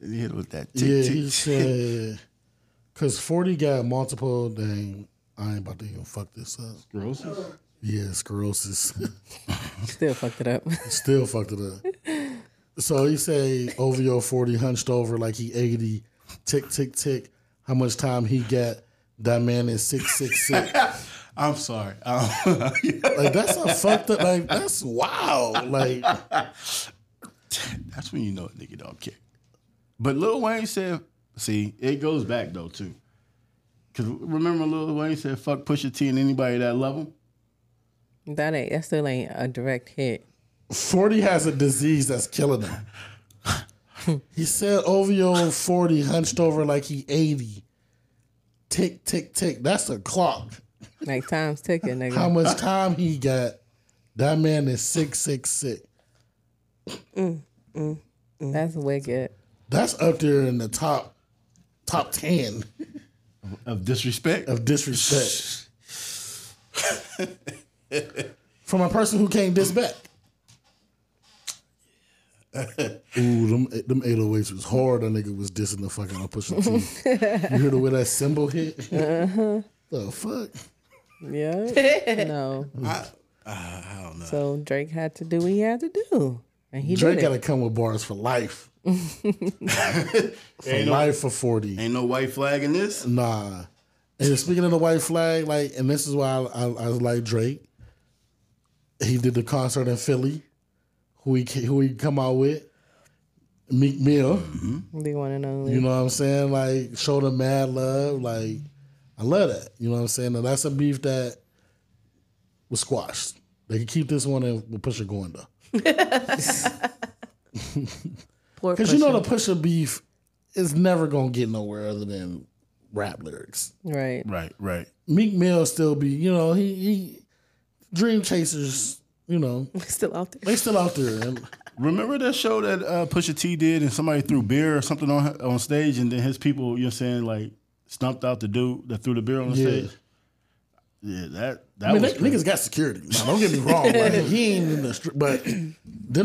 Then he hit it with that tick
yeah,
tick.
he said, Cause forty got multiple. Dang, I ain't about to even fuck this up.
Sclerosis?
Yeah, sclerosis.
Still fucked it up.
Still fucked it up. So he say OVO forty hunched over like he eighty. Tick tick tick. How much time he got? That man is six six six.
I'm sorry. Um,
Like that's a fucked up. Like that's wow. Like
that's when you know a nigga dog kick. But Lil Wayne said, see, it goes back though too. Cause remember Lil Wayne said, fuck Pusha T and anybody that love him?
That ain't. That still ain't a direct hit.
forty has a disease that's killing him. He said OVO forty hunched over like he eighty. Tick tick tick. That's a clock.
Like time's ticking, nigga.
How much time he got? That man is six six six.
That's wicked.
That's up there in the top top ten
Of disrespect?
of disrespect. From a person who came this back. Ooh, them, them 808s was hard. That nigga was dissing the fucking I'm pushing T. You hear the way that cymbal hit? The fuck?
Yeah. no.
I don't know.
So Drake had to do what he had to do, and he
Drake
did it.
gotta come with bars for life. for life for 40.
Ain't no white flag in this.
Nah. And speaking of the white flag, like, and this is why I, I, I like Drake. He did the concert in Philly. Who he ca- who he come out with? Meek Mill.
the one and only.
You know what I'm saying? Like, show the mad love. Like, I love that. You know what I'm saying? And that's a beef that was squashed. They can keep this one and we'll push it going though.
Poor
Because you know
Pusha.
the pusher beef is never gonna get nowhere other than rap lyrics.
Right.
Right, right.
Meek Mill still be, you know, he, he Dream Chasers, you know,
still out there.
they still out there. And
Remember that show that uh, Pusha T did, and somebody threw beer or something on on stage, and then his people, you know, what I'm saying like stumped out the dude that threw the beer on the
Yeah.
stage. Yeah, that that
I mean,
was
they-
crazy.
niggas got security. Now, don't get me wrong, like, he ain't in the street, but them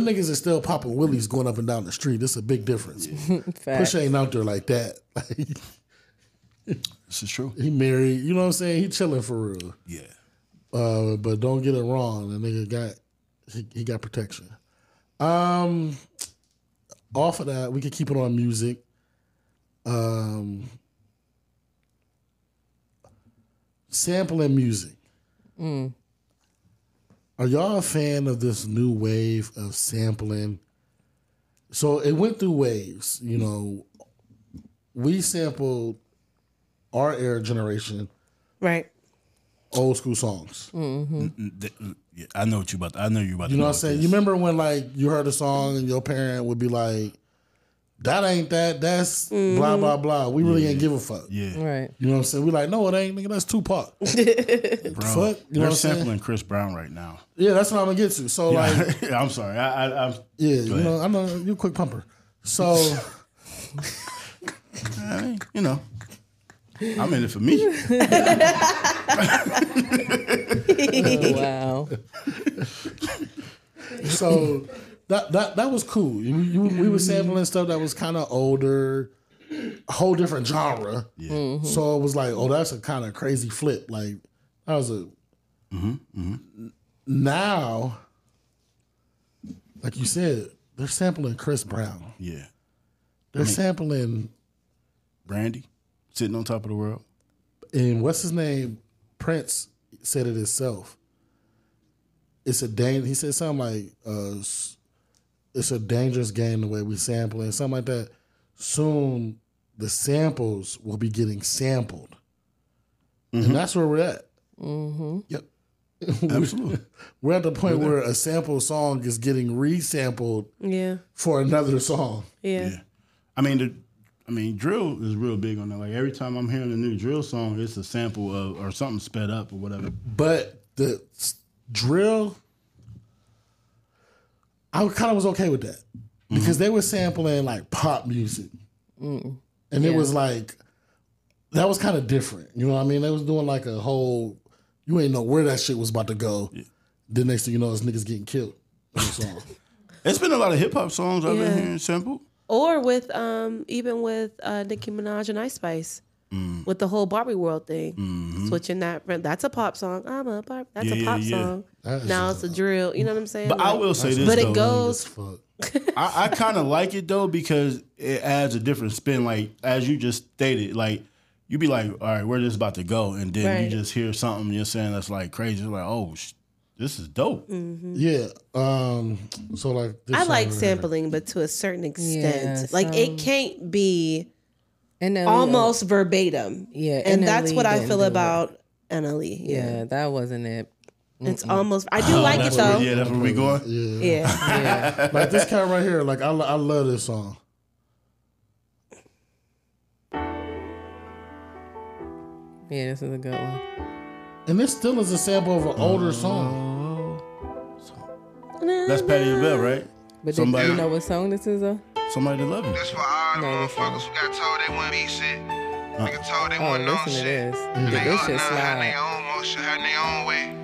niggas is still popping willies going up and down the street. It's a big difference.
Fact.
Pusha ain't out there like that. Like
This is true.
he married, you know what I'm saying? He chilling for real.
Yeah,
Uh, but don't get it wrong. The nigga got he, he got protection. Um, off of that, we could keep it on music. Um, sampling music. Are y'all a fan of this new wave of sampling? So it went through waves. You know, we sampled our era generation
Right.
old school songs.
Mm, th- mm, yeah, I know what you about. To, I know you about.
You
to
know what I'm saying? You remember when like you heard a song and your parent would be like, "That ain't that. That's blah blah blah." We really ain't give a fuck.
Mm-hmm. yeah,
Right.
You know what I'm saying? We like, no, it ain't. Nigga, that's Tupac.
bro.
fuck, you know
They're
what I'm saying?
sampling Chris Brown right now.
yeah, that's what I'm gonna get to. So like,
I'm sorry. I, I, I'm
yeah, you
ahead.
know, I know you a quick pumper. So
I mean, you know, I'm in it for me.
Oh, wow.
so that that that was cool. You, you, we were sampling stuff that was kind of older, a whole different genre. So it was like, oh, that's a kind of crazy flip. Like that was a. Now, like you said, they're sampling Chris Brown.
Yeah,
They're sampling
Brandy sitting on top of the world.
and what's his name? Prince said it himself. It's a dang. He said something like, uh, s- "It's a dangerous game the way we sample and something like that." Soon, the samples will be getting sampled, and that's where we're at.
Yep, absolutely.
We're at the point where a sample song is getting resampled
Yeah.
for another song.
Yeah.
Yeah. I mean, the, I mean, drill is real big on that. Like every time I'm hearing a new drill song, it's a sample of or something sped up or whatever.
But the s- drill, I kind of was okay with that because they were sampling like pop music,
Mm.
and it was like that was kind of different. You know what I mean? They was doing like a whole you ain't know where that shit was about to go. The next thing you know, is niggas getting killed. in the song.
It's been a lot of hip hop songs I've
Yeah.
been hearing sampled.
Or with um even with uh Nicki Minaj and Ice Spice.
Mm.
with the whole Barbie world thing. Switching that, from- that's a pop song. I'm a Barbie. That's
Mm-hmm.
a
Yeah, yeah,
pop
yeah.
song.
That is
Now
a-
it's a drill. You know what I'm saying?
But I
Like,
will say this
But
though.
it
As
goes.
fuck.
I, I kind of like it though because it adds a different spin. Like as you just stated, like you be like, all right, we're just about to go, and then
Right.
you just hear something you're saying that's like crazy. You're like, oh, sh- this is dope.
Mm.
Yeah. Um. So like, this
I
song
like
right here.
sampling, but to a certain extent,
Yeah,
like it can't be
And then,
almost verbatim.
Yeah,
and
NLE
that's what I
didn't
feel
do it.
about Annalie.
yeah, that wasn't it.
it's almost. I do like it
Oh, That's where-
though.
yeah,
Yeah,
that's where we going.
Yeah.
Yeah,
Like this cat right here. Like I, lo- I love this song.
yeah, this is a good one.
And this still is a sample of an older song.
That's Patty LaBelle, right?
But did
Somebody-
you know what song this is? Though?
Somebody to love you.
That's why all the
No, that's not.
motherfuckers who got told they wouldn't be shit. Nigga told they
Oh,
wasn't on
listen to
shit.
this.
Mm.
And
Did
they
this
up
shit
now, had their
slide?
own motion, had their own way.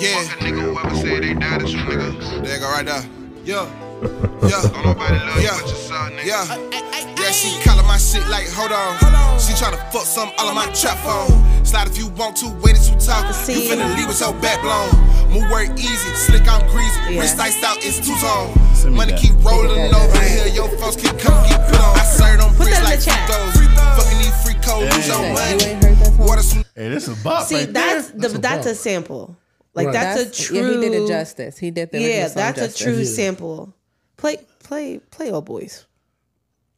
Yeah,
Fuck a nigga, whoever said they died is you, nigga.
there you go right there. Yo, yo.
Don't nobody love you
Yeah.
but yourself, nigga.
Yeah. Yeah, she calling my shit like, hold on. She tryna fuck some all of my trap phone. Slide if you want to, wait if you talk. You
See?
finna leave with your back blown. Move work easy, slick out greasy.
Yeah.
Wrist iced out, it's two
Send
tone.
me
Money
that.
keep rolling over here, your folks keep coming, get put on. I serve on
Put that
bricks
in
like
the
free
chat.
throws. Fucking these free codes, lose your
Hey.
You
money.
ain't heard that song?
Water some
Hey, this is bop
See,
right
that's
there.
the,
That's a
that's a
bop.
sample. Like
Right.
that's, a true.
Yeah, he did it justice. He did the
Yeah,
original song
that's
justice.
a true
Yeah.
sample. Play, play, play, old boys.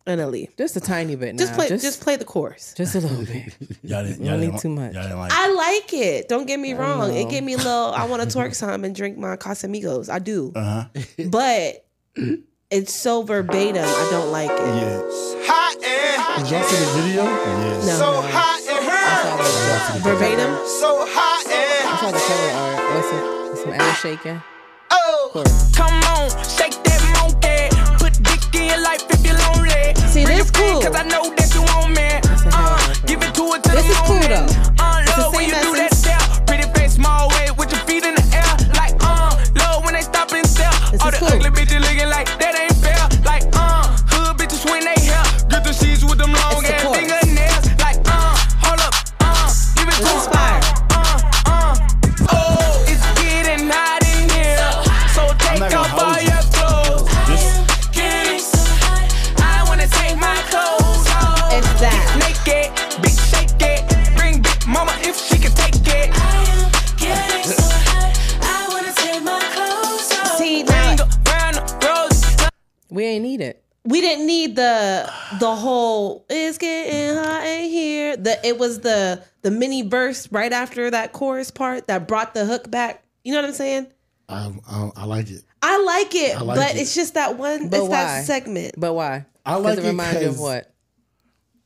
Annalie,
Just a tiny bit. Now.
just play,
Just,
just, play the chorus.
just a little bit.
Y'all didn't,
Don't
y'all
need
didn't,
too much.
Y'all didn't like
I like it. Don't get me wrong. It
know.
gave me a little. I want to twerk some and drink my Casamigos. I do,
Uh huh.
but it's so verbatim. I don't like it.
Yeah.
hot air.
Did y'all see the video?
Yeah.
No,
So
no.
hot air.
verbatim.
So hot air.
I saw the cover art. What's it? Some ass shaking.
Oh.
Come on, shake that monkey. Put dick in your life if you're lonely.
See,
Bring
this
your friend,
cool.
Cause I know that you want me.
a hell
Uh,
of a friend.
give it to her to
This
the
is cool,
moment.
though.
Uh,
the
love when
same
you do that
essence.
step. Pretty face, small way, with your feet in the air. Like, uh, love when they stop and sell.
This
All
is
the
cool.
ugly bitches looking like that ain't fair. Like, uh, hood bitches when they hair. Get the sheets with them long
It's the
ass
chorus.
fingernails. Like, uh, hold up, uh, give it
This
to
is
her.
fire.
Uh, uh, oh, it's getting hot in here. So take
not gonna
off all
hold you.
your clothes.
This-
Getting so hot, I wanna take my clothes off.
It's that.
Make it, big shake it. Bring big mama if she can take it.
See
Ring
now,
around the roses.
We ain't need it.
we didn't need the the whole. It's getting hot in here. The it was the the mini burst right after that chorus part that brought the hook back. You know what I'm saying?
I, I, I like it.
I like it,
I like
but
it.
it's just that one.
But
it's
why?
that segment.
But why?
I
'Cause
like
it
it
reminds you of
'cause-
what?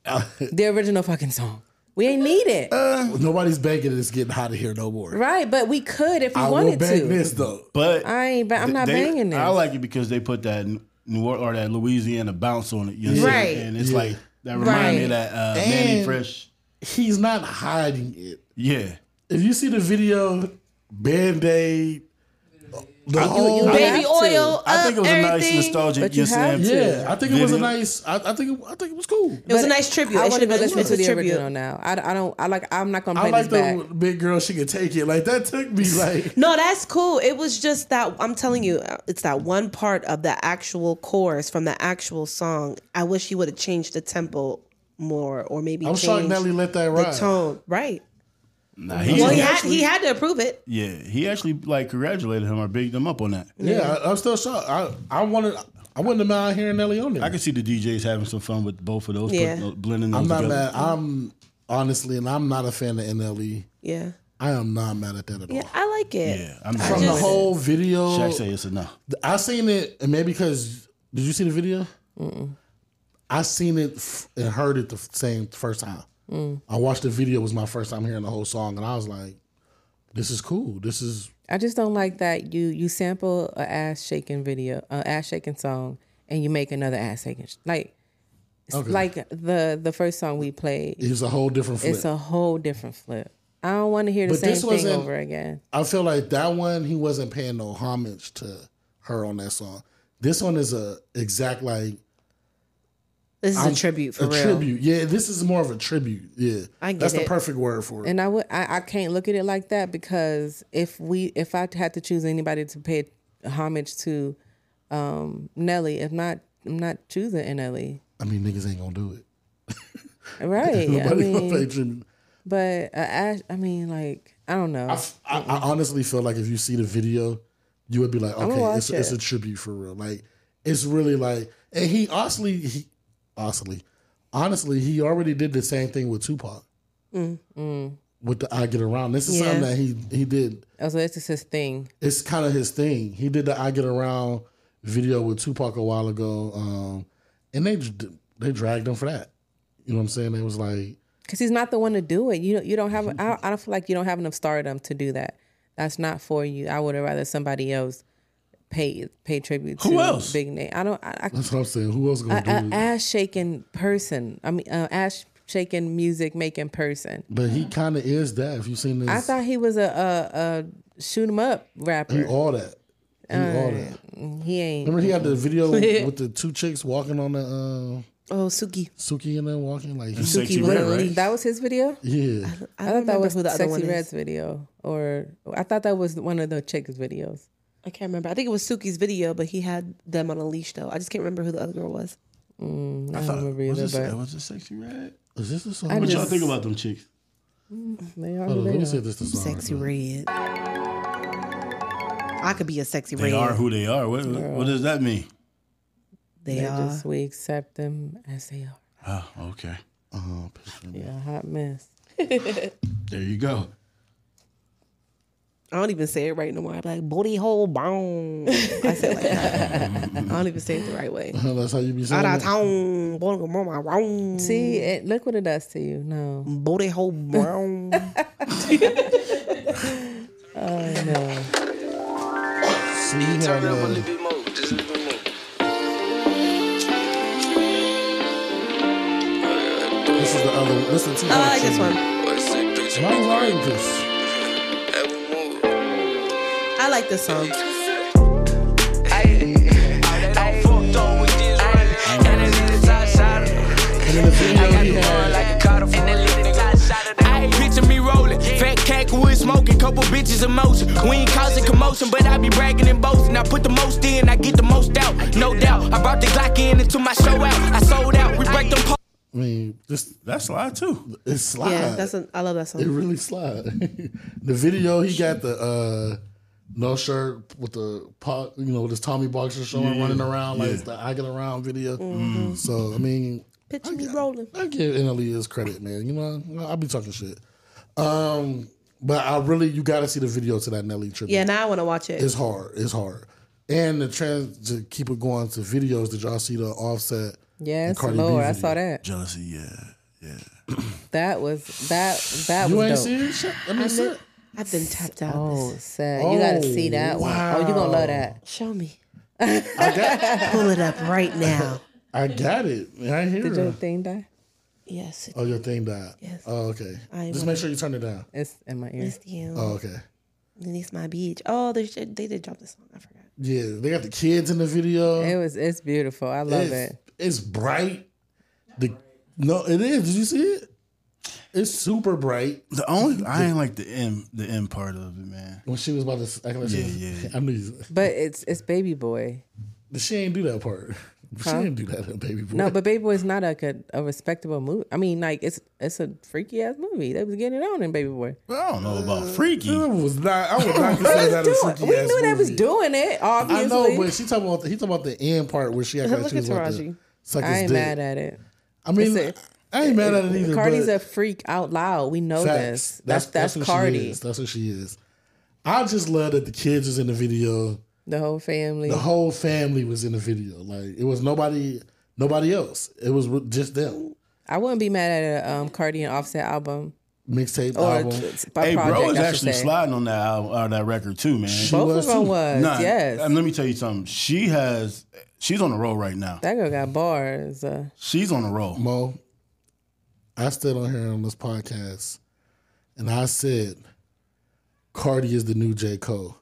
the original fucking song. We ain't need it.
Uh, Nobody's begging it's getting hot in here no more.
right, but we could if we
I will
wanted
beg
to.
this though.
But
I ain't ba- I'm not
they-
banging this.
I like it because they put that New Orleans or that Louisiana bounce on it. You know what I'm saying?
Right.
And it's
Yeah.
like that reminds me
Right.
of that uh, Manny
And-
Fresh.
He's not hiding it.
Yeah.
If you see the video, band aid, the whole.
you-
baby
have to.
oil.
I think it was
up,
a
everything.
nice nostalgic.
But you
You
have
saying
to.
yeah, I think it was a
Video.
nice. I, I think it, I think it was cool.
It was a
But
nice tribute.
I
It
want to
should
go
have been
listen
it's
to
a
the
tribute.
original now. I, I don't. I like. I'm not gonna play
I like
this back.
the big girl. She could take it. Like that took me. Like
No, that's cool. It was just that I'm telling you, it's that one part of the actual chorus from the actual song. I wish he would have changed the tempo more, or maybe
I'm shocked
changed
Nelly let that
the
ride.
tone. Right.
Nah, he,
Well, he
he-
had he had to approve it.
yeah, he actually like congratulated him or bigged him up on that.
Yeah, I, I'm still shocked. I I wanted. I wouldn't have mind hearing Nelly on there.
I can see the DJs having some fun with both of those,
Yeah.
putting those- blending those
I'm not
together.
mad. I'm honestly, and I'm not a fan of E. NLE.
Yeah.
I am not mad at that at all.
Yeah, I like it.
Yeah, I'm
I
not.
From the
just-
whole video,
Shaq say it's enough.
I seen it, and maybe because did you see the video? I seen it f- and heard it the f- same first time.
Mm.
I watched the video was my first time hearing the whole song, and I was like, "This is cool. This is
I just don't like that you you sample a ass shaking video, a ass shaking song, and you make another ass shaking sh- like it's
Okay.
like the the first song we played.
it's a whole different flip."
It's a whole different flip. I don't want to hear the
But
same
this
thing
wasn't-
over again.
I feel like that one he wasn't paying no homage to her on that song. This one is a exact like
This is a
I'm-
tribute for
a
real.
tribute. Yeah, this is more of a tribute. Yeah,
I get
that's the
it.
perfect word for it.
And I would I, I can't look at it like that because if we if I had to choose anybody to pay homage to um Nelly, if not I'm not choosing Nelly.
I mean, niggas ain't gonna do it.
Right. I
Nobody gonna pay
mean,
tribute.
but uh, Ash, I mean like I don't know.
I, f- I- I honestly feel like if you see the video, you would be like,
I'ma
okay,
watch
it's, it's
it.
a tribute for real. Like, it's really like, and he honestly, he honestly, honestly, he already did the same thing with Tupac
Mm, mm.
with the "I Get Around." This is
Yeah.
something that he he did.
Oh, so this is his thing.
It's kind of his thing. He did the "I Get Around" video with Tupac a while ago, um, and they d- they dragged him for that. You know what I'm saying? It was like,
Cause he's not the one to do it. You don't. You don't have. I don't, I don't feel like you don't have enough stardom to do that. That's not for you. I would have rather somebody else pay pay tribute.
Who
to
else?
Big name. I don't. I,
that's what I'm saying. Who else
I,
gonna do
a
it?
ass shaking person. I mean, uh, ass shaking music making person.
But he kind of is that. If you've seen this,
I thought he was a a, a shoot 'em up rapper.
he all that. He all that.
Uh, he ain't.
Remember he had the video with the two chicks walking on the uh,
oh Suki.
Suki and then walking like
You said Suki you Red, wouldn't right? leave.
That was his video.
yeah.
I,
I don't remember
thought that was
who the other
Sexy
one is.
Red's video, or I thought that was one of the chicks' videos.
I can't remember. I think it was Suki's video, but he had them on a leash though. I just can't remember who the other girl was.
Mm, I,
I
don't
thought
remember
was
either,
this,
but
was this sexy red?
Is this the song?
I
What y'all
just-
think about them chicks?
They
Hold on, let me see
are.
if this the song.
Sexy red. I could be a sexy
They
red.
are who they are. What, what does that mean?
They
They
are.
just we accept them as they are.
Oh, okay.
Oh, picture me.
Yeah, hot mess.
There you go.
I don't even say it right no more. I'm like booty hole bone. I say it like that. I don't even say it the right way.
That's how you be saying.
Out of
it?
town, booty hole brown.
See, it, look what it does to you. No,
booty hole brown.
oh no.
See, he had, uh,
bit more, just a little bit more.
this is the other. This is the two.
Oh, I like this one.
What's it, bitch?
Why was I in this?
Every move.
I like this song.
Picture me rolling, fat cack wood smoking, couple bitches emotion. We ain't causing commotion, but I be bragging and boasting. I put the most in, I get the most out, no doubt. I brought the Glock in into my show out. I sold out, we break them. Po-
I mean, this
That's live too.
it slide.
Yeah, that's a, I love that
it
song.
really slide. the video he got the uh, no shirt with the pop, you know, with his Tommy boxer showing
Yeah,
running around like
yeah.
it's the I get around video.
Mm-hmm.
So I mean,
Picture me rolling.
I give NLE his credit, man. You know, I'll be talking shit. Um, but I really, you got to see the video to that Nelly tribute.
Yeah, now I want to watch it.
It's hard. It's hard. And the trans to keep it going to videos. Did y'all see the offset? and
Yes,
Cardi B
Lord, I
video?
saw that.
Jealousy, yeah.
That was that that
You
was
ain't
dope.
seen it? Shit, Let me see it.
I've been tapped out.
Oh, sad. you gotta see
Oh,
that one. Oh, you gonna love that.
Show me.
I got,
Pull it up right now.
I got it. I hear
Did your
it.
thing die?
Yes,
Oh, your thing died.
Yes.
Oh, okay.
I
Just
will.
make sure you turn it down.
It's in my ear.
it's you.
Oh, okay.
And it's my beach. Oh, they should, they did drop this song. I forgot.
Yeah, they got the kids in the video.
It was. It's beautiful. I love
it's,
it.
It's bright. The no, it is. Did you see it? It's super bright.
The only I ain't like the M the M part of it, man.
When she was about to act like she,
Yeah, yeah.
I knew you-
But it's it's baby boy.
she ain't do that part. She
Huh?
didn't do that, in baby boy.
No, but Baby Boy is not like a, a respectable movie. I mean, like it's it's a freaky ass movie. They was getting it on in Baby Boy.
I don't know about freaky.
I was not. I would not
They
consider
was
that a
doing-
freaky
we
ass
knew they was
movie.
doing it.
I
Obviously,
know, but she talking about the, he talking about the end part where she acted like
Look
she
at
was about to
Taraji.
suck his
I ain't
dick.
mad at it.
I mean, I
It's
I ain't mad at it either.
Cardi's
but
a freak out loud. We know
facts.
this. That's that's,
what she
Cardi.
is. That's what she is. I just love that the kids was in the video.
The whole family.
The whole family was in the video. Like it was nobody, nobody else. It was re- just them.
I wouldn't be mad at a um, Cardi and Offset album
Mixtape
or
album.
Oh, it's by
hey,
project.
bro, is
I should
actually
say.
sliding on that album, or that record too, man.
Both
was
of them
too.
was
Nah,
yes.
And let me tell you something. She has. She's on a roll right now.
that girl got bars. Uh,
She's on a roll.
Mo, I stood on here on this podcast, and I said, Cardi is the new J Cole,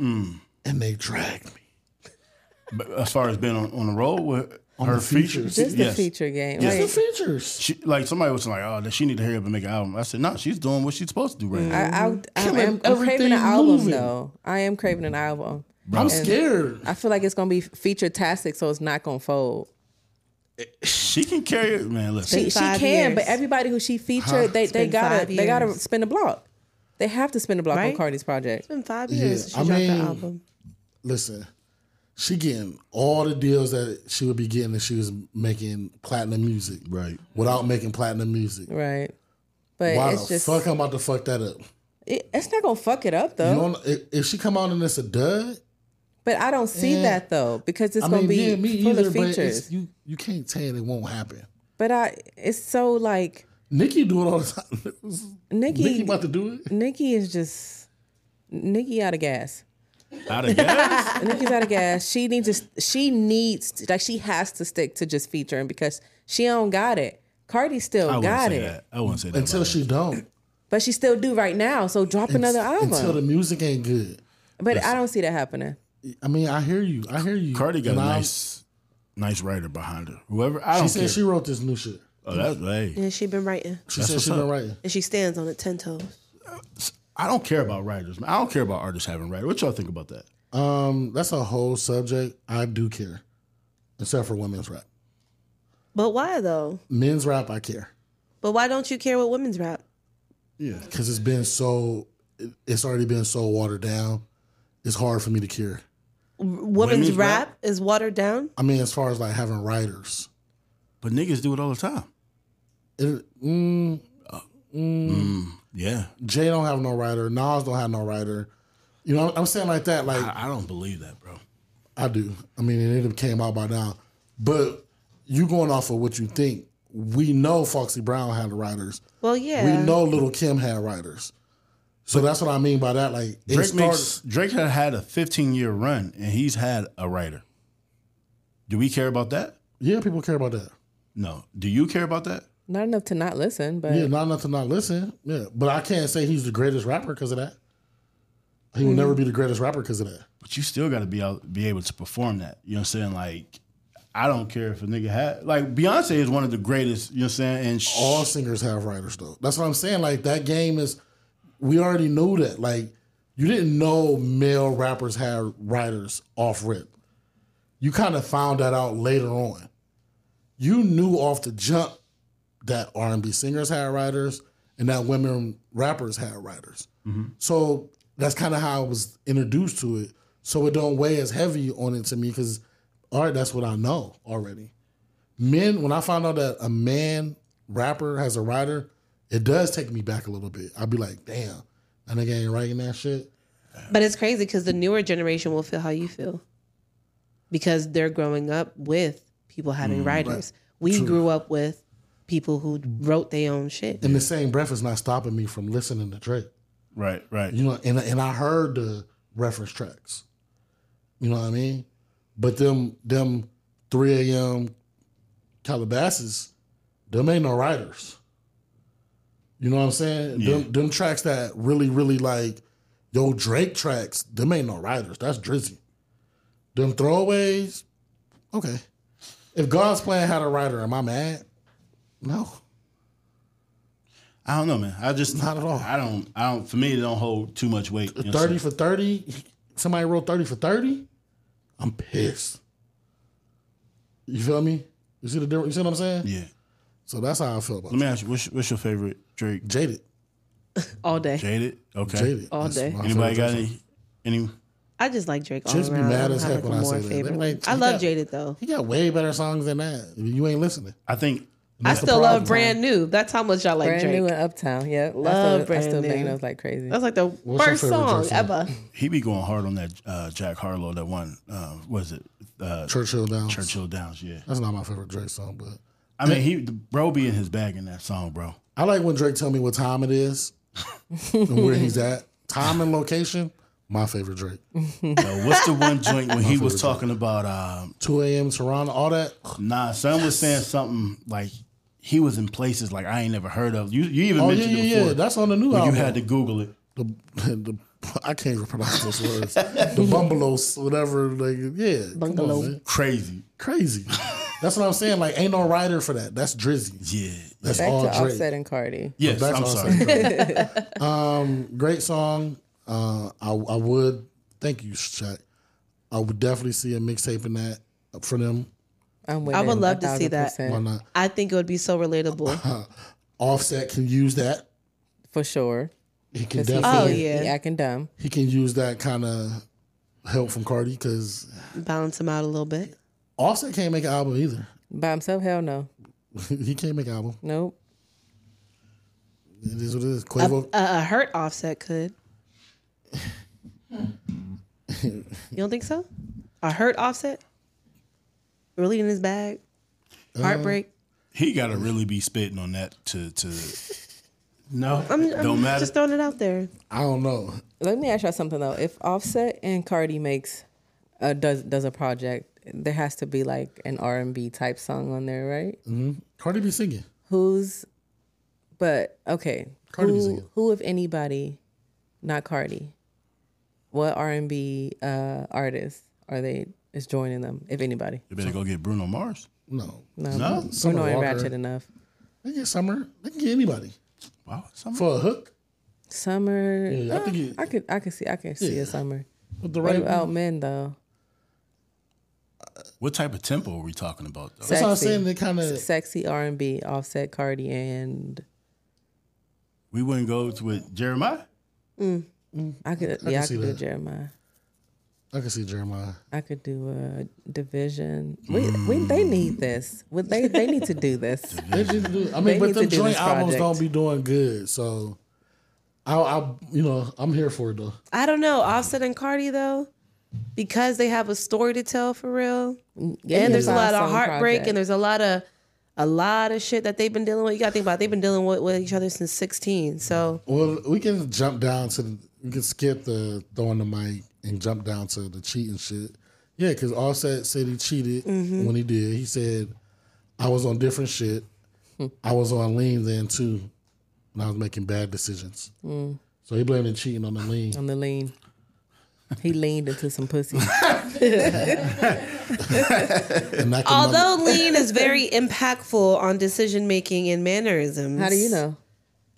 Mm.
and they dragged me.
But As far as being on, on a roll, what-
On the features.
Just the feature game, Just right. the
features.
She, like somebody was like, "Oh, she need to hurry up and make an album." I said, "No, she's doing what she's supposed to do right
I,
now."
I, I'm, I'm craving
everything
an album
moving.
though. I am craving an album.
Bro. I'm
And
scared.
I feel like it's gonna be feature tastic, so it's not gonna fold.
She can carry it, man. Listen,
She, she can, but everybody who she featured,
Huh?
they
It's
they
been
gotta
five
they gotta
years.
spin the block. They have to spin the block on
Right?
Cardi's project. It's
been five
Yeah, years since she I dropped the mean- album. Listen, she getting all the deals that she would be getting if she was making platinum music, right? Without making platinum music,
right? But
Why
it's
the
just
fuck I'm about to fuck that up?
it, it's not gonna fuck it up though.
You don't, if, if she come out and it's a dud,
but I don't see
Yeah.
that though because it's
I
gonna
mean,
be
yeah, me
full
either,
of
but it's-
features.
you you can't tell it won't happen.
But I, it's so like
Nikki do it all the time.
Nikki,
Nikki about to do it.
Nikki is just Nikki out of gas.
out of gas.
Nikki's out of gas. She needs to. She needs like she has to stick to just featuring because she don't got it. Cardi still
I wouldn't
got
say
it,
that. I wouldn't say that.
until she don't.
but she still do right now. So drop another album.
Until the music ain't good.
but I don't see that happening.
I mean, I hear you. I hear you.
Cardi got a
And I-
nice, nice writer behind her. Whoever I
she
don't
said
care.
she wrote this new shit.
oh, that's hey.
Yeah, she been writing.
She
That's
said
what's
she been
up.
writing.
And she stands on it ten toes.
I don't care about writers. man. I don't care about artists having writers. What y'all think about that?
Um, that's a whole subject. I do care, except for women's rap.
But why though?
Men's rap, I care.
But why don't you care what women's rap?
Yeah, because it's been so, it- it's already been so watered down. It's hard for me to care.
Women's,
Women's
rap, is watered down.
I mean, as far as like having writers,
But niggas do it all the time.
it, mm, mm,
Yeah,
Jay don't have no writer. Nas don't have no writer. You know, I'm saying like that. Like
I, I don't believe that, bro.
I do. I mean, it ended up came out by now. But you going off of what you think. We know Foxy Brown had writers.
Well, yeah.
We know Little Kim had writers. So that's what I mean by that. Like it
Drake
started.
makes Drake had had a 15 year run and he's had a writer. Do we care about that?
yeah, people care about that.
No. Do you care about that?
Not enough to not listen, but
Yeah, not enough to not listen. Yeah, but I can't say he's the greatest rapper because of that. He will never be the greatest rapper because of that.
But you still got to be out, be able to perform that. You know what I'm saying? Like, I don't care if a nigga had like Beyonce is one of the greatest. You know what I'm saying? And sh-
All singers have writers though. That's what I'm saying. Like that game is. We already knew that. Like you didn't know male rappers had writers off rip. You kind of found that out later on. You knew off the jump that R&B singers had writers and that women rappers had writers. So that's kind of how I was introduced to it. So it don't weigh as heavy on it to me because, all right, that's what I know already. Men, when I found out that a man rapper has a writer, it does take me back a little bit. I'd be like, damn, that nigga ain't writing that shit.
But it's crazy because the newer generation will feel how you feel because they're growing up with people having
Mm,
writers.
right.
We
True.
grew up with people who wrote their own shit.
And the same breath is not stopping me from listening to Drake.
right, right.
You know, and and I heard the reference tracks. You know what I mean? But them them three AM Calabasas, them ain't no writers. You know what I'm saying? Them them tracks that really, really like yo Drake tracks, them ain't no writers. That's Drizzy. Them throwaways, okay. If God's plan had a writer, am I mad? No.
I don't know, man. I just
Not at all.
I don't. I don't. For me, it don't hold too much weight. You know what
30
I'm saying?
for 30 somebody wrote 30 for 30 i'm pissed you feel me you see the difference you see what i'm saying
Yeah.
so that's how i feel about
Let
it
me ask you. What's, what's your favorite Drake?
jaded
all day.
Jaded. Okay.
jaded
All
That's
day.
my
Anybody
favorite
got
person.
any? Any?
I just like Drake all
Chicks be
around.
mad
I
as
have,
heck
like,
when
a
I say
more
that. They be
favorite.
like,
I love
"Yeah."
Jaded though.
he got way better songs than that you ain't listening
I think
I
the
still love
problem.
brand new. That's how much I like
brand
Drake.
new and Uptown. Yeah,
Love
I still
brand
banging
new.
those like crazy.
That's like the
your
first
favorite
song
Drake song?
ever.
he be going hard on that uh, Jack Harlow. That one. Uh, was it? Uh,
churchill downs
Churchill Downs. Yeah.
that's not my favorite drake song but
I mean, he the bro be in his bag in that song, bro.
i like when drake tell me what time it is and where he's at time and location my favorite drake
Uh, what's the one joint when he was talking about? Um,
2 a.m toronto all that
nah, son was saying something like he was in places like I ain't never heard of. You you even
oh yeah
mentioned it
yeah
before.
yeah that's on the new
when you
album
had to Google it.
the, the I can't even pronounce those words. the bungalows, whatever. Like, yeah, come on,
Bungalow.
man.
Crazy.
crazy. That's what I'm saying. Like, ain't no rider for that. That's Drizzy. Yeah, that's
Back
all
to
Drake.
Offset and Cardi.
Yes, Back to I'm sorry. um, great song. Uh, I, I would thank you, Shaq. I would definitely see a mixtape in that for them.
I'm
I would love to see that.
Why not?
I think it would be so relatable.
Offset can use that
for sure.
He can
'Cause he
definitely.
be- he acting dumb.
He can use that kind of help from Cardi because
Balance him out a little bit.
Offset can't make an album either.
By himself, hell no.
he can't make an album.
Nope.
It is what it is.
A,
Quavo.
a- a hurt offset could. you don't think so? A hurt offset? Really in his bag?
Uh,
Heartbreak?
He gotta really be spitting on that to to. No,
I'm, I'm
don't matter.
just throwing it out there.
I don't know.
Let me ask y'all something though. If Offset and Cardi makes uh, does does a project, there has to be like an R and B type song on there, right?
hmm Cardi be singing.
Who's but okay.
Cardi B's
who, who if anybody, not Cardi, what R and B uh, artists are they is joining them? If anybody,
you better go get Bruno Mars.
No,
no,
No?
Bruno
Summer
ain't
Walker.
ratchet enough.
They get Summer. They can get anybody.
Wow, Summer.
For a hook.
Summer,
Yeah, I
uh,
think it-
I could, I could see, I can see
Yeah.
a summer.
With the
what
right-
about men though?
What type of tempo are we talking about though?
Sexy. sexy R and B, Offset, Cardi, and
We wouldn't go to- with Jeremiah.
I could,
I
yeah,
can
I
see
could do
that.
Jeremiah.
I can see Jeremiah.
I could do a division. We, we they
Mm.
need this. Would they they need to do this.
They need to do. I mean, but
need
the
to do
joint
this
albums
project.
don't be doing good. So, I, I, you know, I'm here for it though.
I don't know. Offset and Cardi though, because they have a story to tell for real.
yeah,
and there's a
it's
lot
a
of
song
heartbreak,
project.
and there's a lot of a lot of shit that they've been dealing with. You got to think about it. they've been dealing with, with each other since 16. So
Well, we can jump down to the, we can skip the throwing the mic and jump down to the cheating shit. Yeah, because Offset said he cheated
Mm-hmm.
Mhm.
when he did. He said, "I was on different shit. I was on lean then too, and I was making bad decisions."
Mm,
So he blamed the cheating on the lean.
on the lean, he leaned into some pussy.
And that can-
although lean is very impactful on decision making and mannerisms,
How do you know?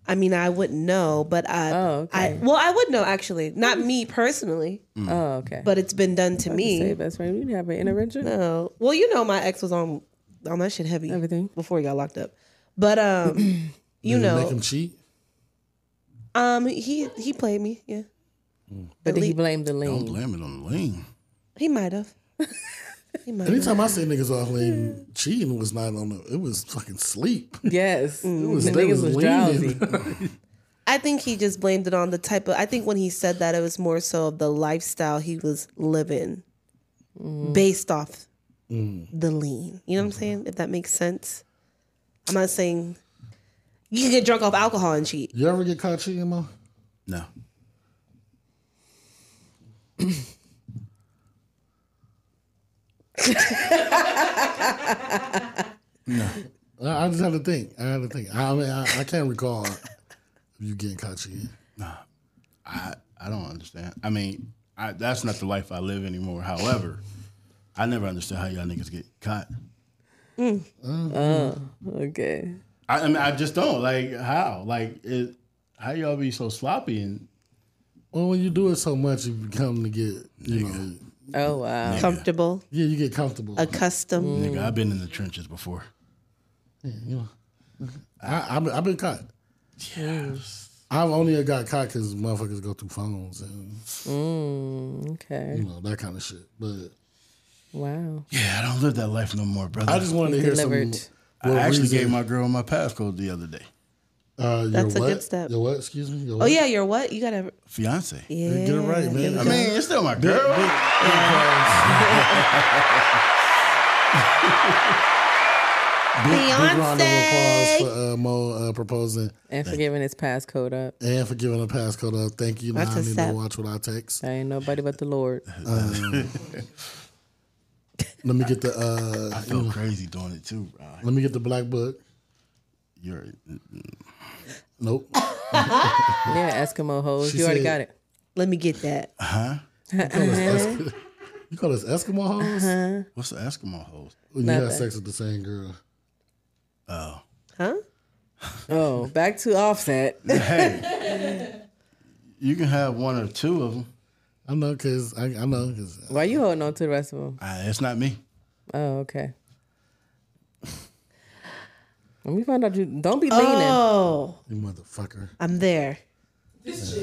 I mean, I wouldn't know, but I, I well, I would know actually, not me personally.
Oh, okay.
But it's been done to
I was about to
me.
say, best friend, you didn't have an intervention.
No. Well, you know, my ex was on on that shit heavy. Everything before he got locked up. But um,
Did
you
it
know,
make him cheat.
um, he he played me. Yeah,
But did he blame the lean?
Oh.
Don't blame it on the lean.
he might have. he might. have.
Anytime I see niggas off lean, cheating was not on the. It was fucking sleep.
Yes,
it was.
The
they
niggas
was,
was
leaning.
I think he just blamed it on the type of. I think when he said that, it was more so of the lifestyle he was living, based off the lean. You know what I'm saying? If that makes sense. I'm not saying you can get drunk off alcohol and cheat.
You ever get caught cheating, Mo?
No.
No. I I just had to think. I had to think. I mean, I, I can't recall you getting caught cheating.
I I don't understand. I mean, I, that's not the life I live anymore. However, I never understood how y'all niggas get caught.
Mm. Oh, okay.
I, I mean, I just don't like how like it. How y'all be so sloppy and
Well, when you do it so much, you become to get you know.
Oh wow.
Comfortable.
Yeah, you get comfortable.
Accustomed.
nigga? I've been in the trenches before.
Yeah, you know. I, I've, been- I've been caught. I've only got caught because motherfuckers go through phones and
Mm, okay.
you know that kind of shit. But
Wow.
Yeah, I don't live that life no more, brother.
I just wanted to hear some- Delivered.
I
what
actually
reason-
gave my girl my passcode the other day.
Uh, your
That's a
what?
good step.
Your what? Excuse me. Your
Oh
what?
yeah, you're what? You gotta.
Fiance.
Yeah.
Get it right, man.
I mean, it's still my girl.
Big, big round of applause
Beyonce.
for uh, Mo uh, proposing
And for giving his passcode up.
and for giving a passcode up. Thank you. Now
That's a
I need
step.
to watch what I text.
There ain't nobody but the Lord.
Um, let me get the. Uh,
I feel crazy doing it too, bro.
Let me get the black book.
You're
Nope.
yeah, Eskimo hoes.
She
you already
said-
got it.
Let me get that.
Huh?
Eskimo. You call us Eskimo hoes?
Uh-huh.
What's the Eskimo hoes?
When you have
Nothing.
sex with the same girl.
Oh.
Huh?
Oh, back to offset.
Hey. You can have one or two of them.
I know, cause I, I know, cause
Why you holding on to the rest of them?
Uh, it's not me.
Oh, okay. Let me find out you don't be leaning.
Oh,
you motherfucker.
I'm there.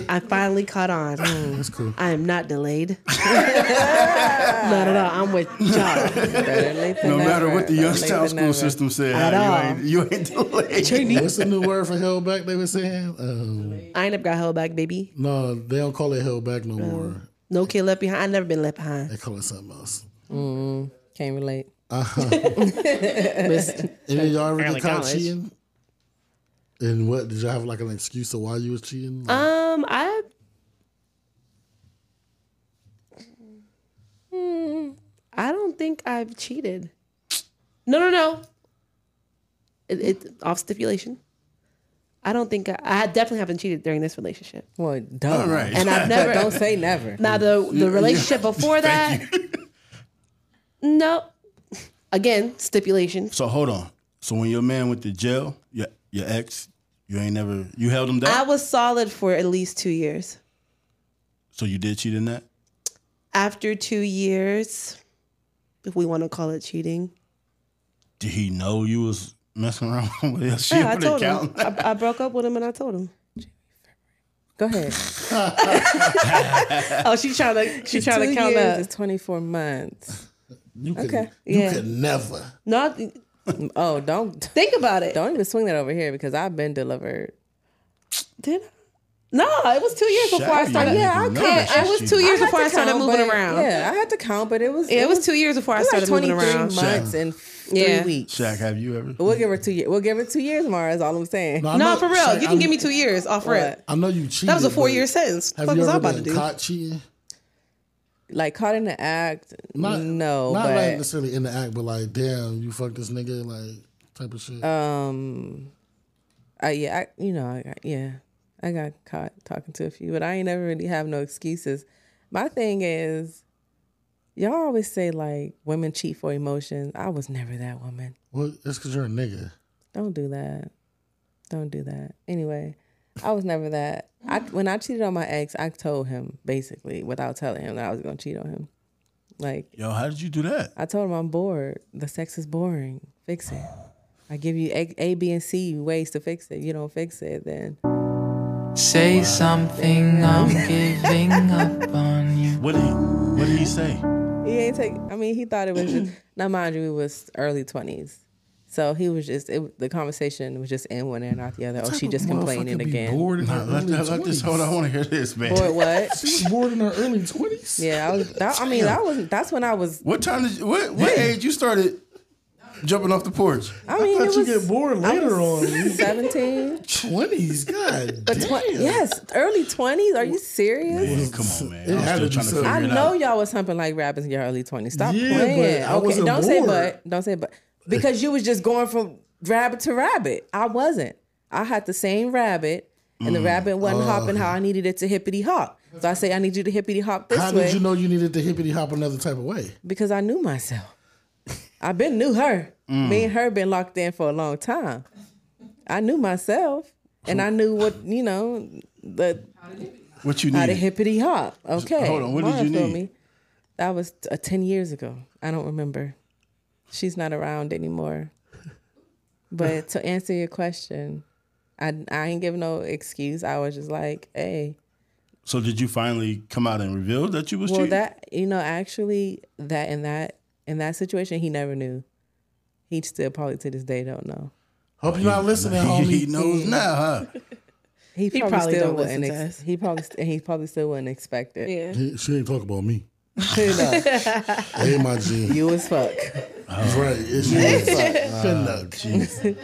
I finally caught on.
That's cool.
I am not delayed. not at all. I'm with y'all.
No matter what
Better
the Youngstown
late
school
than
system said,
At all.
Heidi, you ain't, you ain't delayed.
What's the new word for held back? They were saying. Um,
I ain't never got held back, baby.
no, they don't call it held back no more.
No kid left behind. I never been left behind.
They call it something else.
Mm, can't relate.
Miss-
And then y'all ever
Early
get caught
college.
cheating? And what did y'all have like an excuse of why you was cheating? Like,
Um, I. Hmm, I don't think I've cheated. No, no, no. It, it off stipulation. I don't think I, I definitely haven't cheated during this relationship.
Well, duh.
All right.
And I've never
Don't say never.
Now the the relationship before that. No. Again, stipulation.
So hold on. So when your man went to jail, your your ex, you ain't never you held him
I
down.
was solid for at least two years.
so you did cheat in that.
After two years, if we want to call it cheating,
Did he know you was messing around with his shit?
yeah, I
with
told him.
accountant?
I, I broke up with him and I told him.
Go ahead.
Oh, she trying to she trying
Two
to count
years
up.
is twenty four months.
you could,
okay,
you
yeah.
could never.
Not
Oh, don't
think about it.
don't even swing that over here because I've been delivered.
Did I? No, it was two years before I
Shabby,
started.
you
Yeah, I
didn't know
can't-
that
it
she's
was
cheating.
two years
had
before
to
I started
count,
moving
but-
around.
Yeah, I had to count, but it was
Yeah, it was two years before I
it was
started moving
like
around.
months and three
Yeah.
weeks.
Shaq, have you ever?
We'll give her two years. We'll give her two years, Mara. Is all I'm saying.
I
No,
know-
for real.
Shay,
you can
I'm-
give me two years off rip.
I know you cheated.
That was a four
but
year sentence.
Have
Fuck
you
was I
ever
about to
been
do?
caught cheating?
Like caught in the act.
Not
no,
not like
but
necessarily in the act, but like, damn, you fucked this nigga, like type of shit.
um, I, yeah, I, you know, I got, yeah, I got caught talking to a few, but I ain't never really have no excuses. My thing is, y'all always say like women cheat for emotions. I was never that woman.
well, it's because you're a nigga.
Don't do that. Don't do that. Anyway, I was never that. I when I cheated on my ex, I told him basically without telling him that I was gonna cheat on him. Like
Yo, how did you do that?
I told him I'm bored. The sex is boring. Fix it. I give you A, A B, and C ways to fix it. You don't fix it, then
Say something, I'm giving up on you.
What did he What did he say?
he ain't take. I mean, he thought it was just. now, mind you, it was early twenties, so he was just. It, the conversation was just in one ear, not the other. Oh, she just complaining again.
Bored in
Nah,
her
let,
early
that, let this. Hold on, I
20s.
want to hear this, man.
Bored what?
She was bored in her early twenties.
Yeah, I was. That, I mean, that was. That's when I was.
What time did you, what what age you started jumping off the porch?
I mean,
thought
it
you
was,
get bored
I
later
was
on.
17.
Twenties, god
But
damn.
twen- yes, early 20s. Are you serious?
Man, come on, man.
It
I'm
had to be
still trying to
something.
figure
I
it
know
out.
y'all was humping like rabbits in your early 20s. Stop
Yeah, but
playing.
I
okay,
wasn't
don't say
bored.
but. Don't say but. Because you was just going from rabbit to rabbit. I wasn't. I had the same rabbit, and
Mm.
the rabbit wasn't hopping how I needed it to hippity hop. So I say, I need you to hippity hop this
How
way
did you know you needed to hippity hop another type of way?
because I knew myself. I been knew her.
Mm.
Me and her been locked in for a long time. I knew myself, and I knew what you know the
What you
how to
need?
hippity hop. Okay,
Hold on, what did
Mara
you
feel
need?
That was uh, ten years ago. I don't remember. She's not around anymore. But to answer your question, I I ain't give no excuse. I was just like, hey,
So did you finally come out and reveal that you was
well
cheating?
that you know actually that in that in that situation he never knew he still probably to this day don't know
Hope you're not listening,
he
homie.
knows
Mm.
now, huh?
he probably,
probably
still
don't listen
wouldn't
to
ex-
us.
he probably st- he probably still wouldn't expect it
Yeah.
He- She ain't talk about me.
Could
Hey, my G.
not. you as fuck
He's right. It's you. Good luck.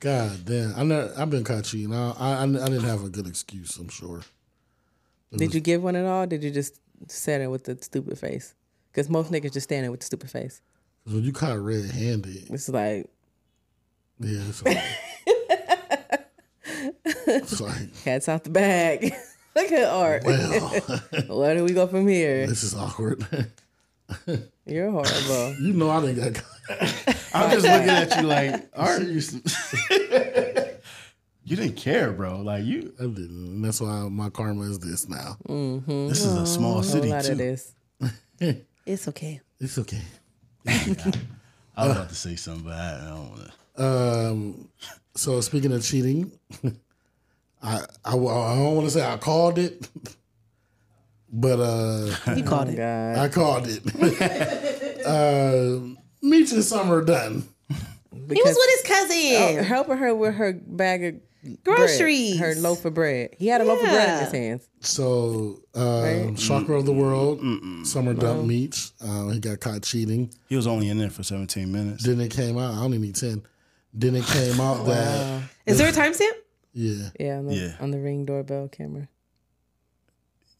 God damn. I never, I've been caught cheating. I, I, I didn't have a good excuse, I'm sure.
did you give one at all did you just stand there with the stupid face because most niggas just standing with the stupid face
'Cause when you caught red handed,
it's like
yeah, it's like. it's like,
cats out the bag look at art
well,
where do we go from here
this is awkward.
You're horrible.
you know I didn't got.
I'm just looking at you like, are you? you didn't care, bro. Like you,
I didn't. That's why my karma is this now.
Mm-hmm.
This is a small city
A lot
too.
of this.
It's okay.
It's okay.
I was about to say something, but I, I don't want to.
Um, so speaking of cheating, I, I w- I don't want to say I called it, but uh,
You called it.
I called it. uh, Meach and Summer are done.
he was with his cousin.
Oh, helping her with her bag of
Groceries.
bread, her loaf of bread. He had a loaf of bread in his
Yeah.
hands.
So uh,
Right.
shocker of the world, Summer dumped Meach. Uh, he got caught cheating.
He was only in there for 17 minutes.
Then it came out. I only need ten. Then it came out that
Is there a timestamp?
yeah,
Yeah, on the,
Yeah.
on the ring doorbell camera.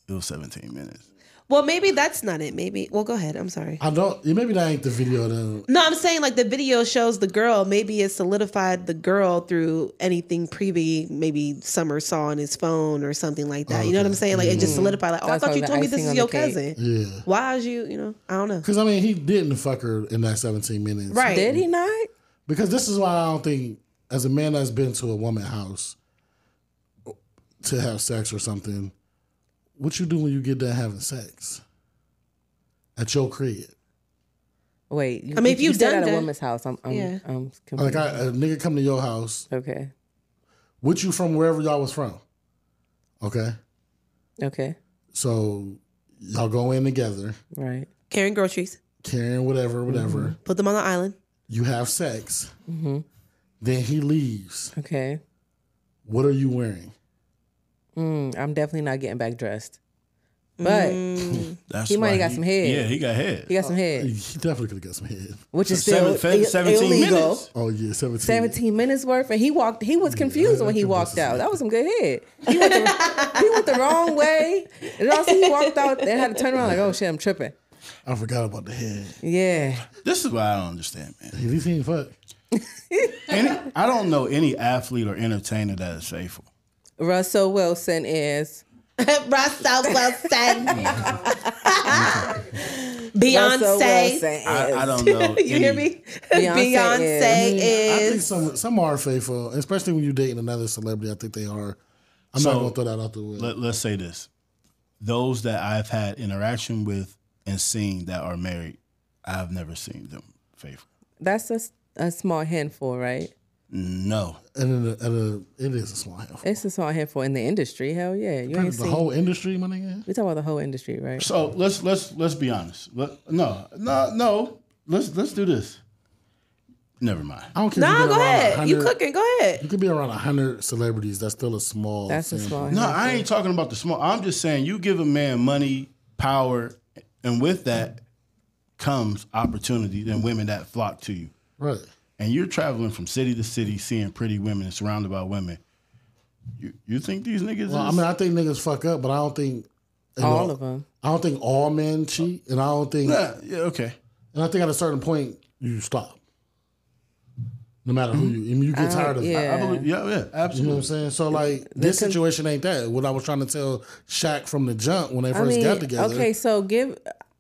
It was 17 minutes.
Well, maybe that's not it. Maybe. Well, go ahead. I'm sorry.
I don't. Maybe that ain't the video though.
No, I'm saying like the video shows the girl. Maybe it solidified the girl through anything preview. Maybe Summer saw on his phone or something like that. You know what I'm saying? Like it just solidified. Like, oh,
That's
I thought you
all the
told me this
icing
is
on
your
the cake.
cousin.
Yeah,
Why is you? You know, I don't know.
because I mean he didn't fuck her in that seventeen minutes,
Right.
Did he not?
Because this is why I don't think, as a man that's been to a woman house to have sex or something, what you do when you get done having sex at your crib?
Wait. You,
I mean, if you
said
done
at a
that-
woman's house, I'm, I'm,
Yeah.
I'm confused.
Like I, a nigga come to your house
okay.
with you from wherever y'all was from. Okay,
Okay.
so y'all go in together,
Right.
Carrying groceries.
carrying whatever, whatever.
Put them on the island.
You have sex,
Mm-hmm.
then he leaves.
Okay.
What are you wearing?
Mm, I'm definitely not getting back dressed. But
Mm.
That's
He might
why
have got some head.
Yeah, he got head.
he got some head,
He definitely could have got some head.
which is
Seven-
still
fe-
i-
17
illegal.
minutes.
Oh yeah, seventeen.
17 minutes worth and he walked he was confused when he walked out that was some good head he went the, he went the wrong way and also he walked out and had to turn around like oh shit i'm tripping
I forgot about the head.
yeah
This is why I don't understand, man.
At least he didn't fuck.
Any, I don't know any athlete or entertainer that is faithful.
russell wilson is
Russell Wilson.
russell
Beyonce.
wilson is.
I, I don't know.
You hear
any-
me? Beyonce,
I think
is.
some some are faithful, especially when you're dating another celebrity. I think they are. I'm
So,
not gonna throw that out the window.
Let, let's say this: those that I've had interaction with and seen that are married, I've never seen them faithful.
that's a, s- a small handful right
No,
and it, and it, it is a small handful.
it's a small handful in the industry hell yeah you ain't
The
seen
whole industry, my nigga.
we talk about the whole industry right
So let's let's let's be honest. Let, no, no, no. Let's let's do this. Never mind.
Mm-hmm. I don't care. if
No,
you
go
get around 100
ahead. You cooking? Go ahead.
You could be around hundred celebrities. That's still a small.
that's a
sample.
small
No, I ain't talking about the small. I'm just saying you give a man money, power, and with that comes opportunity and women that flock to you.
right?
And you're traveling from city to city, seeing pretty women and surrounded by women. You you think these niggas?
Well, I
is-
mean, I think niggas fuck up, but I don't think you
all
know,
of them
I don't think all men cheat, and I don't think.
yeah, yeah, okay.
And I think at a certain point you stop. No matter
Hmm?
who you, I mean, you
Uh,
get tired of it.
I believe, yeah, yeah,
You know what
absolutely.
I'm saying? So like this situation ain't that. What I was trying to tell Shaq from the jump when they
I
first
mean,
got together.
okay, so give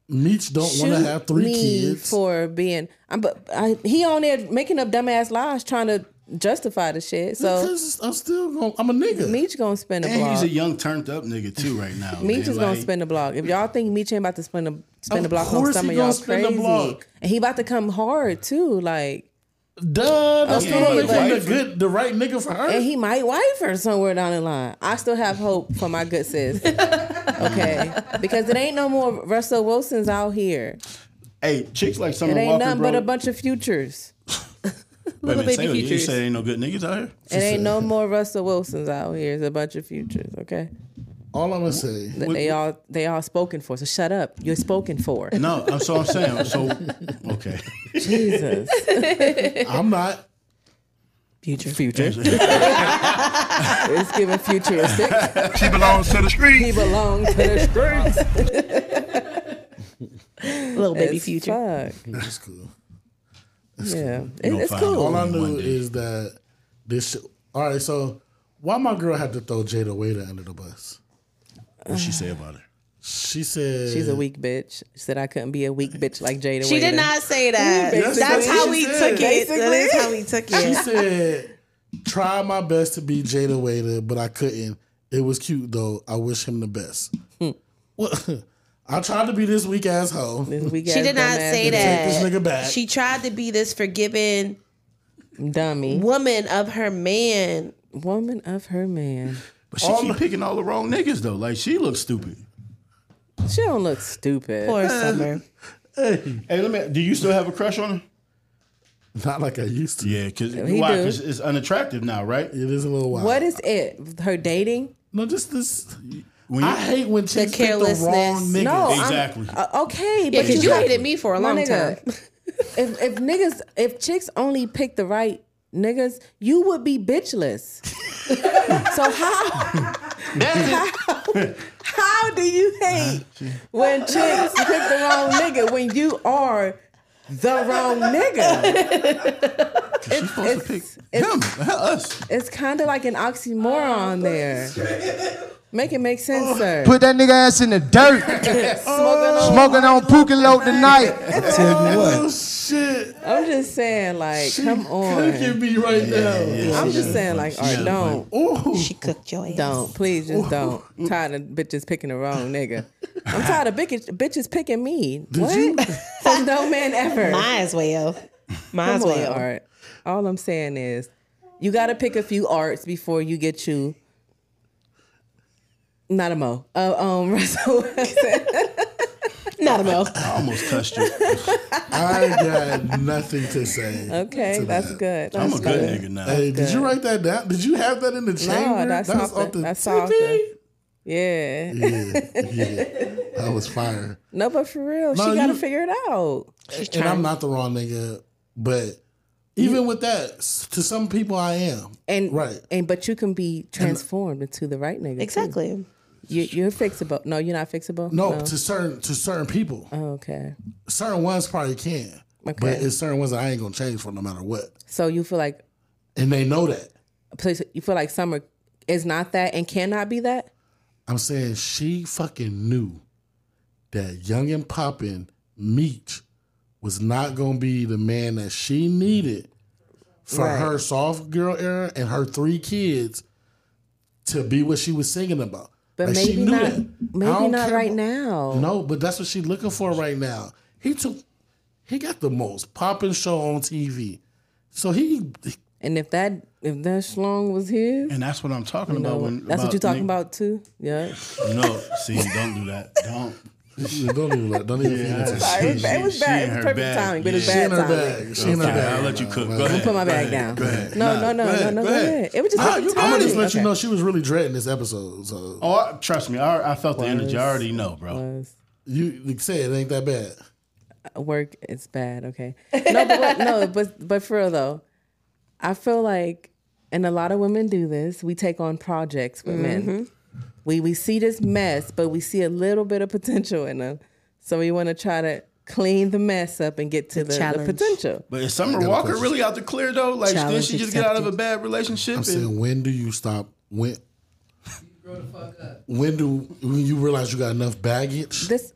Meech don't want to
shoot
have three
me
kids.
for being. I'm, but I, he on there making up dumbass lies, trying to justify the shit. So
Because I'm still going. I'm a nigga.
Meech gonna spend a
And he's
block.
a young turned up nigga too right now.
Meech
man.
is gonna
Like,
spend a block. If y'all think Meech ain't about to spend a spend a
Of
block on
course
some
he
of
gonna
y'all
spend a
crazy,
block.
and he about to come hard too. Like,
Duh, that's
Okay,
still not make him
but-
the good, the right nigga for her.
and he might wife her somewhere down the line. I still have hope for my good sis. Okay, because it ain't no more Russell Wilsons out here.
hey, chicks like
It
Summer
ain't
Walker,
nothing
bro.
but a bunch of futures.
Wait a minute,
Baby
say what you
Futures.
said ain't no good niggas out here.
It ain't no more Russell Wilsons out here. It's a bunch of futures, okay?
All I'm gonna say,
That they all they all spoken for. So shut up. You're spoken for.
No, I'm so I'm saying. So okay.
Jesus.
I'm not.
Future. Future. it's giving futuristic.
She belongs to the
He
street.
belongs to the streets.
Little baby
It's
future.
Fuck.
It's cool.
Yeah. It-
gonna
it's
find
All
cool.
I
One
knew
day.
is that this. Sh- all right, so why my girl had to throw Jada Waiter under the bus?
What she say about her?
She said
She's a weak bitch. She said I couldn't be a weak bitch like Jada.
She did
Waiter.
not say that. That's how we took it. That is how we took it.
She said, "Try my best to be Jada Waiter, but I couldn't. It was cute though. I wish him the best."
Hmm.
What? I tried to be this weak asshole.
She did not say that.
Take this nigga back.
She tried to be this forgiving
dummy
woman of her man.
Woman of her man.
But she keep picking all the wrong niggas though. Like she looks stupid.
She don't look stupid.
Uh,
Poor
Hey, hey, let me. Do you still have a crush on her?
Not like I used to.
Yeah, because
He do.
it's, it's unattractive now, right? It
is a little
What is it? Her dating?
No, just this.
When
I hate when chicks pick the wrong niggas.
No, I'm-
exactly.
uh, okay,
Yeah,
but
'cause you
have-
hated me for a
My
long
nigga, if if niggas, if chicks only pick the right niggas, you would be bitchless. so how? how, how do you hate when chicks pick the wrong nigga when you are the wrong nigga? It's, it's, it's, it's kind of like an oxymoron there. Make it make sense, sir.
Put that nigga ass in the dirt. Smoking on Pukalope tonight. I tell you
what. shit.
I'm just saying, like, come on.
cooking me right now.
I'm
yeah,
just
yeah.
saying, like, all right,
Yeah,
don't.
She cooked your ass.
Don't. Please just don't. I'm tired of bitches picking the wrong nigga. I'm tired of bitches, bitches picking me. what? Says no man ever.
Might as well. Might as
Come
well.
On, art. All I'm saying is, you got to pick a few arts before you get you. Not a mo. Uh, um, Russell Wilson. Not a mo.
I almost touched you.
I got nothing to say.
Okay,
to
that's
that.
good.
I'm a
That's
good nigga now.
Hey, did you write that down? Did you have that in the chamber?
No, that's
That was
off the, that's off
TV?
the, yeah.
That was fire.
No, but for real,
No,
she got to
you-
figure it out.
and I'm not the wrong nigga, but even with that, s- to some people I am.
And
right,
and but you can be transformed into the right nigga. too.
Exactly.
You, you're fixable. No, you're not fixable.
No, to certain to certain people.
Oh, okay.
Certain ones probably can. But
Okay.
it's certain ones that I ain't gonna change for no matter what.
So you feel like
And they know that.
so you feel like summer is not that and cannot be that.
I'm saying she fucking knew that young and poppin' Meech was not gonna be the man that she needed for
Right.
her soft girl era and her three kids to be what she was singing about.
But
Like, she
maybe
knew
not.
that. I
Maybe
don't
not
care
right
about-
now.
No, but that's what she's looking for right now. He took, he got the most popping show on TV, so he.
And if that if that schlong was his,
and that's what I'm talking
you
about
know,
when-
that's what
about
you're talking
nigga-
about too. Yeah.
No, see, don't do that. Don't.
don't even let. Don't even.
Yeah,
feed into
she-
It was bad. It was
she
bad.
in
It was
her
perfect
bag.
timing, but it's bad
Yeah. She in her
timing.
bag. She in her
Okay,
bag. I'll let you cook. Go
I'm
ahead.
gonna put my
Go
bag
ahead.
down.
Go ahead.
No,
Nah,
no, no,
go
no,
ahead.
no,
Go
go
ahead.
ahead. It was just
I'm
a
gonna just
timing.
let
Okay.
you know she was really dreading this episode. So
Oh, I- trust me. I, I felt the energy. I already know, bro.
you like, say it ain't that bad.
work is bad. Okay, no, but what- no, but but for real though, I feel like, and a lot of women do this. We take on projects with men. We we see this mess, but we see a little bit of potential in them. So we want to try to clean the mess up and get to the, the
challenge.
potential.
But is Summer
I got a
Walker
question.
really out the clear though? Like, did
Challenge
she just get out of a bad relationship?
I'm
and-
saying, when do you stop? When? When do when you realize you got enough baggage
this,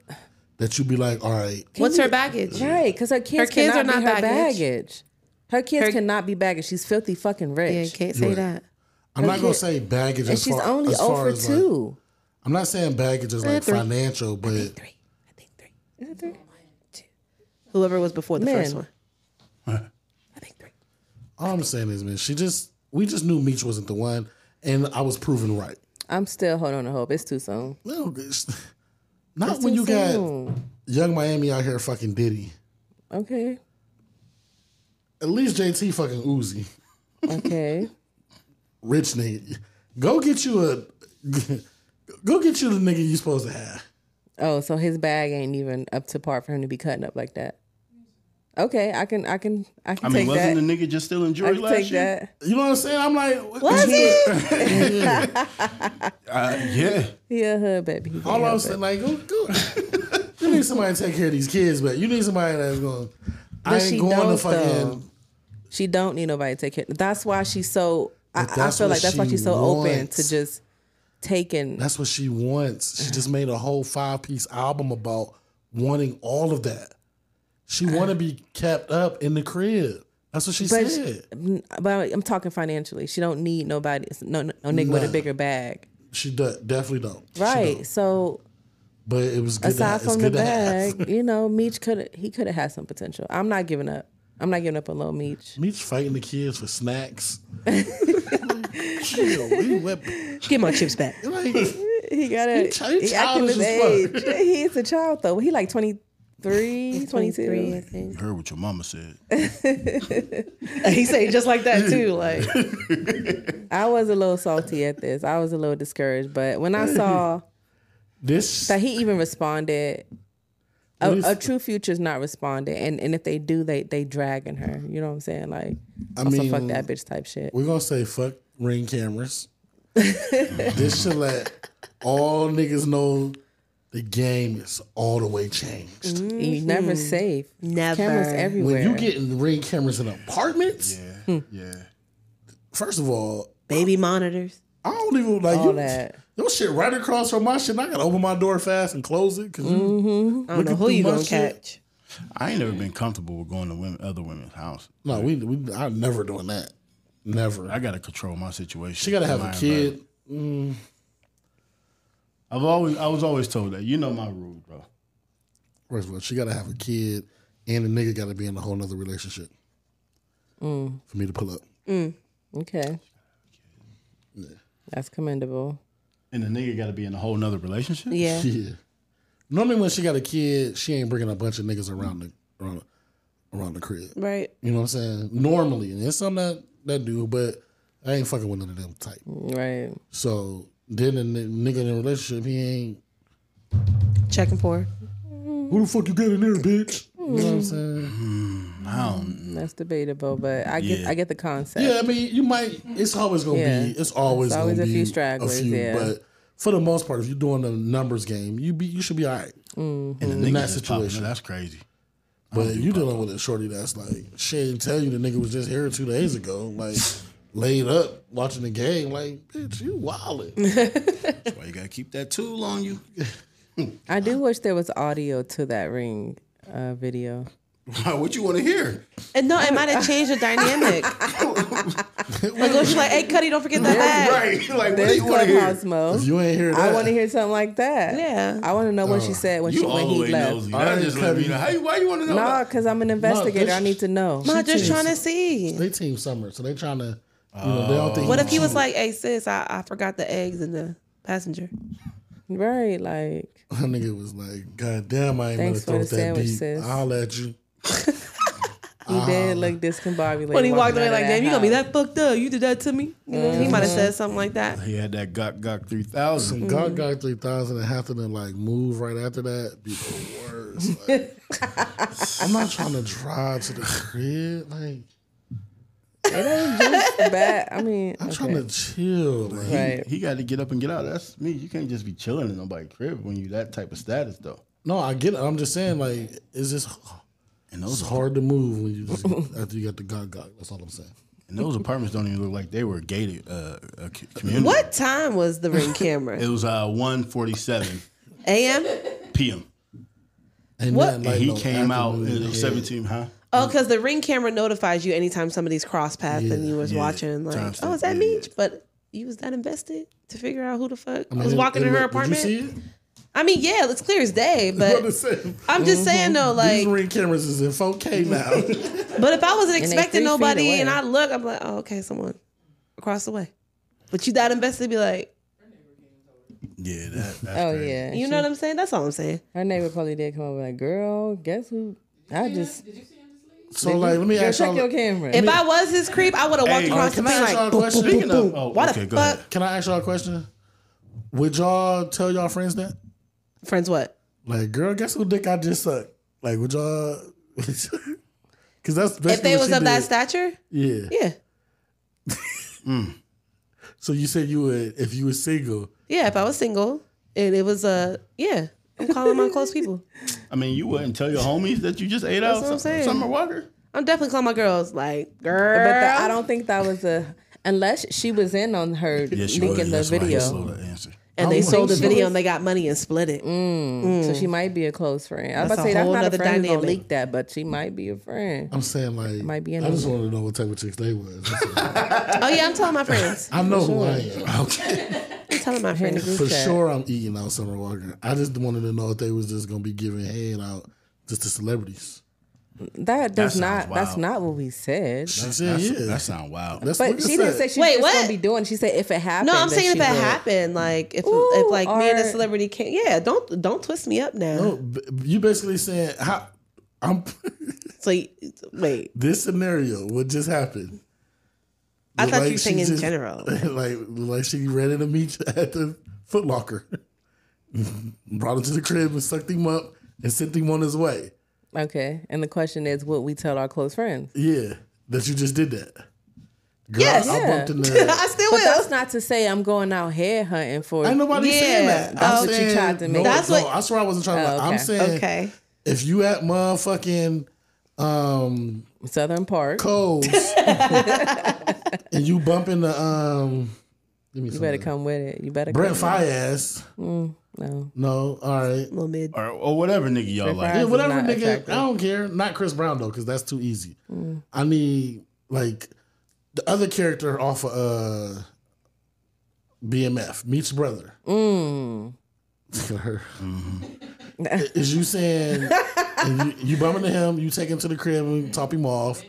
that you be like, all right,
What's her baggage?
Right, because her kids,
kids
cannot
are not
be her
baggage.
baggage. Her kids cannot be baggage. She's filthy fucking rich. Yeah, can't
say Right. that. I'm
Her
not gonna
kid-
say baggage.
And
as
she's
far,
only
as far
over
as like-
two.
I'm not saying baggage is
Eh,
like
three.
financial, but
Whoever was before the
Man.
first one.
all I'm saying is, man, she just we just knew Meech wasn't the one, and I was proven right.
I'm still holding on to hope. It's too soon.
No, it's Not when you got Young Miami out here fucking Diddy.
got. Okay.
At least JT fucking Uzi,
Okay.
rich nigga. Go get you a, go get you the nigga you supposed to have.
Oh, so his bag ain't even up to par for him to be cutting up like that. Okay, I can, I can, I
I
can
mean,
take that.
wasn't the nigga just still in
I
jury
can
last
take
year?
that.
You know what I'm saying? I'm like,
was he?
Uh, yeah.
He a hood baby. He
All
a
I'm
hood
saying,
baby.
like, go, go. you need somebody to take care of these kids, but you need somebody that's going. to I
But
ain't
she
going to
don't,
fucking.
though. She don't need nobody to take care. That's why she's so. I,
But
I
that's
feel
what
like that's why
she
she's so open
wants.
to just taken.
That's what she wants. She just made a whole five piece album about wanting all of that. She want to be kept up in the crib. That's what she
Uh. but,
said.
but I'm talking financially. She don't need nobody. No, no nigga with a
Nah.
bigger bag.
She do- definitely don't. She
Right.
don't.
So
But it was good. to ha-
aside
it's
from the
good to have.
bag, you know, Meech could he could have had some potential. I'm not giving up. I'm not giving up on low Meech.
Meech fighting the kids for snacks. Chill, we whip.
Get my chips back.
Like,
He got a
He chi- he
he acting his
childish
age.
as fuck.
He's a child though. He like 23,
23, I
22.
think.
Heard what your mama said.
he said just like that too. Like
I was a little salty at this. I was a little discouraged, but when I saw
This
that he even responded,
What
a,
is-
a true future's not responding, and and if they do, they they dragging her. You know what I'm saying? Like,
I
I also
mean,
fuck that bitch type shit.
We're gonna say fuck ring cameras. this should let all niggas know the game is all the way changed.
You never safe.
never.
Cameras everywhere.
Mm-hmm. When you getting ring cameras in apartments,
Hmm.
Yeah, yeah.
first of all,
baby monitors.
I don't even like
all
you.
that.
Your shit right across from my shit. and I gotta open my door fast and close it because
Mm.
I don't know who you gonna catch.
I ain't never been comfortable with going to women, other women's house.
No, we we I'm never doing that. Never.
I gotta control my situation.
She gotta have a
My environment.
kid.
I've always I was always told that. You know my rule, bro.
First of all, she gotta have a kid, and the nigga gotta be in a whole nother relationship for me to pull up.
Okay. That's commendable.
And the nigga gotta be in a whole nother relationship.
Yeah.
Yeah. Normally, when she got a kid, she ain't bringing a bunch of niggas around the around, around the crib.
Right.
You know what I'm saying? Normally, and it's something that that do, but I ain't fucking with none of them type.
Right.
So then the n- nigga in a relationship, he ain't.
Checking for. her.
Who the fuck you got in there, bitch? You know what I'm saying?
That's debatable, but I get
Yeah.
I get the concept.
Yeah, I mean, you might. It's always gonna
Yeah.
be. It's always,
It's always
gonna
a
be
few stragglers, yeah.
But for the most part, if you're doing a numbers game, you be you should be all right.
And the
In that
nigga just popping up,
situation.
That's crazy.
But if you dealing with a shorty that's like, she ain't tell you the nigga was just here two days ago, like laid up watching the game, like, bitch, you wildin'.
That's why you gotta keep that tool on you.
I do wish there was audio to that ring uh, video.
what you wanna hear?
And no, it might have changed the dynamic. like, oh, she's like, hey, Cuddy, don't forget that bag.
Right. Like what do
There's
you wanna hear?
clubhouse mode.
If you ain't hear
I
that.
want to hear something like that.
Yeah.
I want to know what she said when she
Oh, You
when
all the
he
way
left.
nosy. That
Alright,
just let me
Cuddy.
know. How you why you wanna know?
Nah, because I'm an investigator. I
this-
need to know.
I'm just
She
trying to
changed.
see.
They team summer, so they trying to, you know, they don't think.
What if he was like, hey, sis, I, I forgot the eggs in the passenger?
Right, like
that nigga was like, God damn, I ain't gonna
Thanks for
throw
the
that
sandwich,
deep.
sis.
I'll at you.
he
Ah.
did look discombobulated.
When he walked
walking
away,
out of
like, damn, you
house.
gonna be that fucked up. You did that to me. You know,
Mm-hmm.
He might have said something like that.
He had that Gok Gok three
Mm-hmm.
thousand.
God got 3,000 and having to like move right after that be the worst. Like, I'm not trying to drive to the crib. Like,
bad. I mean,
I'm
okay.
trying to chill. Like,
right.
He got to get up and get out. That's me. You can't just be chilling in nobody's crib when you that type of status though.
No, I get it. I'm just saying, like, it's just
And
it's
those
hard to move when you just after you got the gog gog. That's all I'm saying.
and those apartments don't even look like they were gated uh, uh, c- community.
What time was the ring
It
camera?
was uh, one forty seven
AM?
p.m.
And
What?
then,
And he
no
came out
afternoon,
in
yeah.
seventeen, huh?
Oh, because the ring camera notifies you anytime somebody's cross paths and you was
yeah.
watching. Like,
Timestamp,
oh, is that
yeah,
Meech? But you was that invested to figure out who the fuck
I mean,
was
it-
walking
it
in her
looked-
apartment?
Did you see it?
I mean, yeah, it's clear as day,
I'm
but
just saying,
I'm just saying though,
mm-hmm. these
like,
ring cameras is in 4K now.
but if I wasn't
they
expecting
three feet
nobody
away.
and I look, I'm like, oh, okay, someone across the way. But you that invested, be like,
Yeah, that. That's
Oh
crazy.
yeah,
you know what I'm saying? That's all I'm saying.
her neighbor probably did come over like, girl, guess who? I just
so, like, let me
girl,
ask
check
y'all.
your camera.
If I was his creep, I would have walked
Hey,
across the
can I
paint
ask y'all a
like, boop,
question?
boop,
Speaking
boop,
of,
boop.
oh,
Why the
okay, go
fuck?
ahead.
Can I ask y'all a question? Would y'all tell y'all friends that?
friends, what?
Like, girl, guess who dick I just sucked? Like, would y'all? Because that's basically
If they
what
was
she
of that
did.
stature,
yeah.
yeah,
So you said you would if you were single.
yeah. If I was single and it was uh, yeah, I'm calling my close people.
I mean, you wouldn't tell your homies that you just ate out
what I'm
some,
saying.
summer water.
I'm definitely calling my girls like, girl.
but the, I don't think that was a. Unless she was in on her
Yes, you
leaking the
was. That's why he
video.
sold the answer.
And
Oh
they sold the video and they got money and split it.
So
Mm.
she might be a close friend. I was
That's
about
a
to say that's
whole
not a
nother
friend who's gonna
dynamic.
leak that, but she might be a friend.
I'm saying like
Might be in
I just
on it.
wanted to know what type of chicks they was.
oh yeah, I'm telling my friends.
I know who I
For sure.
am. Okay.
I'm telling my friends.
For sure, I'm eating out Summer Walker. I just wanted to know if they was just gonna be giving head out just to celebrities.
That does
sounds
not. That's
wild.
not what we said.
She said
that's-
yeah.
that sound wild.
That's
but
what it
she didn't
said.
say she
Wait,
was
what?
gonna be doing. She said if it happened.
No, I'm
then
saying
she
if it
would.
happened, like if if like me and a
or-
celebrity can't, yeah, don't don't twist me up now.
No, b- you basically saying how I'm.
so wait,
this scenario would just happen.
I thought you
she
were saying in general.
Like like she ran into me at the Foot Locker, brought him to the crib and sucked him up and sent him on his way.
Okay, and the question is, would we tell our close friends?
Yeah, that you just did that. Girl,
Yes.
I
Yeah.
bumped in there.
still
but That's not to say I'm going out head hunting for.
Ain't nobody saying that.
That's
I'm
what
saying-
you tried to
no,
make.
no, I swear I wasn't trying to.
Oh,
I'm
okay.
saying,
Okay.
if you at motherfucking um,
Southern Park
Coles and you bump into um, give me
You
some
better
of that.
come with it. You better.
Brent
come with it.
Fias.
Mm, no.
No, all right.
Little mid.
Or, or whatever nigga y'all like.
Yeah, whatever nigga. I don't care. Not Chris Brown though, because that's too easy.
Mm.
I need like the other character off of uh, BMF, Meet's brother.
Mm. Mm-hmm.
Look at her. Is you saying and you, you bump into him, you take him to the crib and top him off?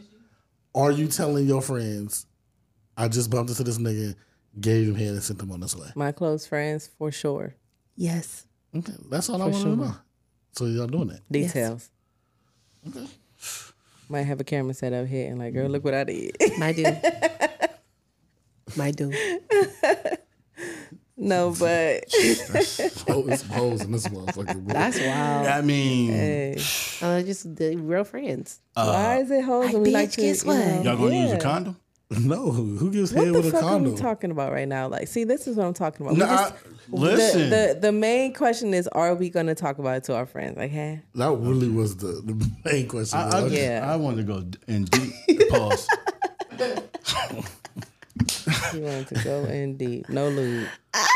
Are you telling your friends, I just bumped into this nigga, gave him head and sent him on his way?
My close friends for sure.
Yes.
Okay, that's all I
For
wanted
sure.
to know. So y'all doing that?
Details. Might have a camera set up here and like, girl, look what I did.
Might do. Might do.
No, but
Hoes, hoes in this motherfucker. bro.
That's wild.
I mean,
Uh, just the real friends.
Uh,
why is it hoes?
Like,
and we like
bitch,
to,
guess
you know,
what?
y'all gonna use
yeah.
a condom?
No, who gives
What
head
the
with a
fuck are
condom?
we talking about right now? Like, see, this is what I'm talking about. We
Nah,
just-
I- listen.
The, the the main question is, are we going to talk about it to our friends? Like, hey,
That really was the, the main question.
I, I,
Okay.
I wanted to go d- in deep. Pause.
you want to go in deep, no lube.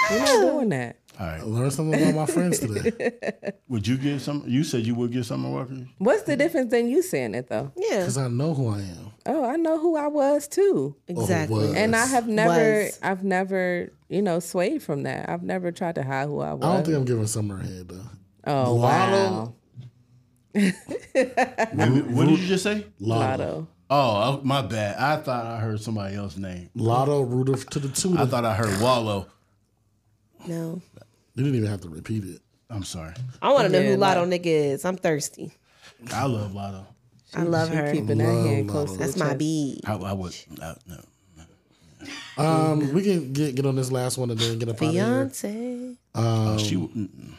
We're
Ah.
not doing that.
All right.
Learn something about my friends today.
Would you give some? You said you would give Summer Walker.
What's the difference than you saying it though?
Yeah.
Because I know who I am.
Oh, I know who I was too.
Exactly. was.
And I have never,
Was.
I've never, you know, swayed from that. I've never tried to hide who I was.
I don't think I'm giving Summer a head, though.
oh, wow.
Wait a minute, what did you just say?
Lotto.
Lotto.
Oh, I- my bad. I thought I heard somebody else's name.
Lotto, Rudolph to the tutor.
I thought I heard Wallow.
No.
you didn't even have to repeat it.
I'm sorry.
I want to know
Yeah,
who Lotto nigga is. I'm thirsty.
I love Lotto.
I love
she
her.
Keeping that hand close to
That's
the
my
chest.
bee.
I, I would. I, no.
Um, we can get, get on this last one and then get up out of here.
Beyonce.
Oh, she. would- mm-mm.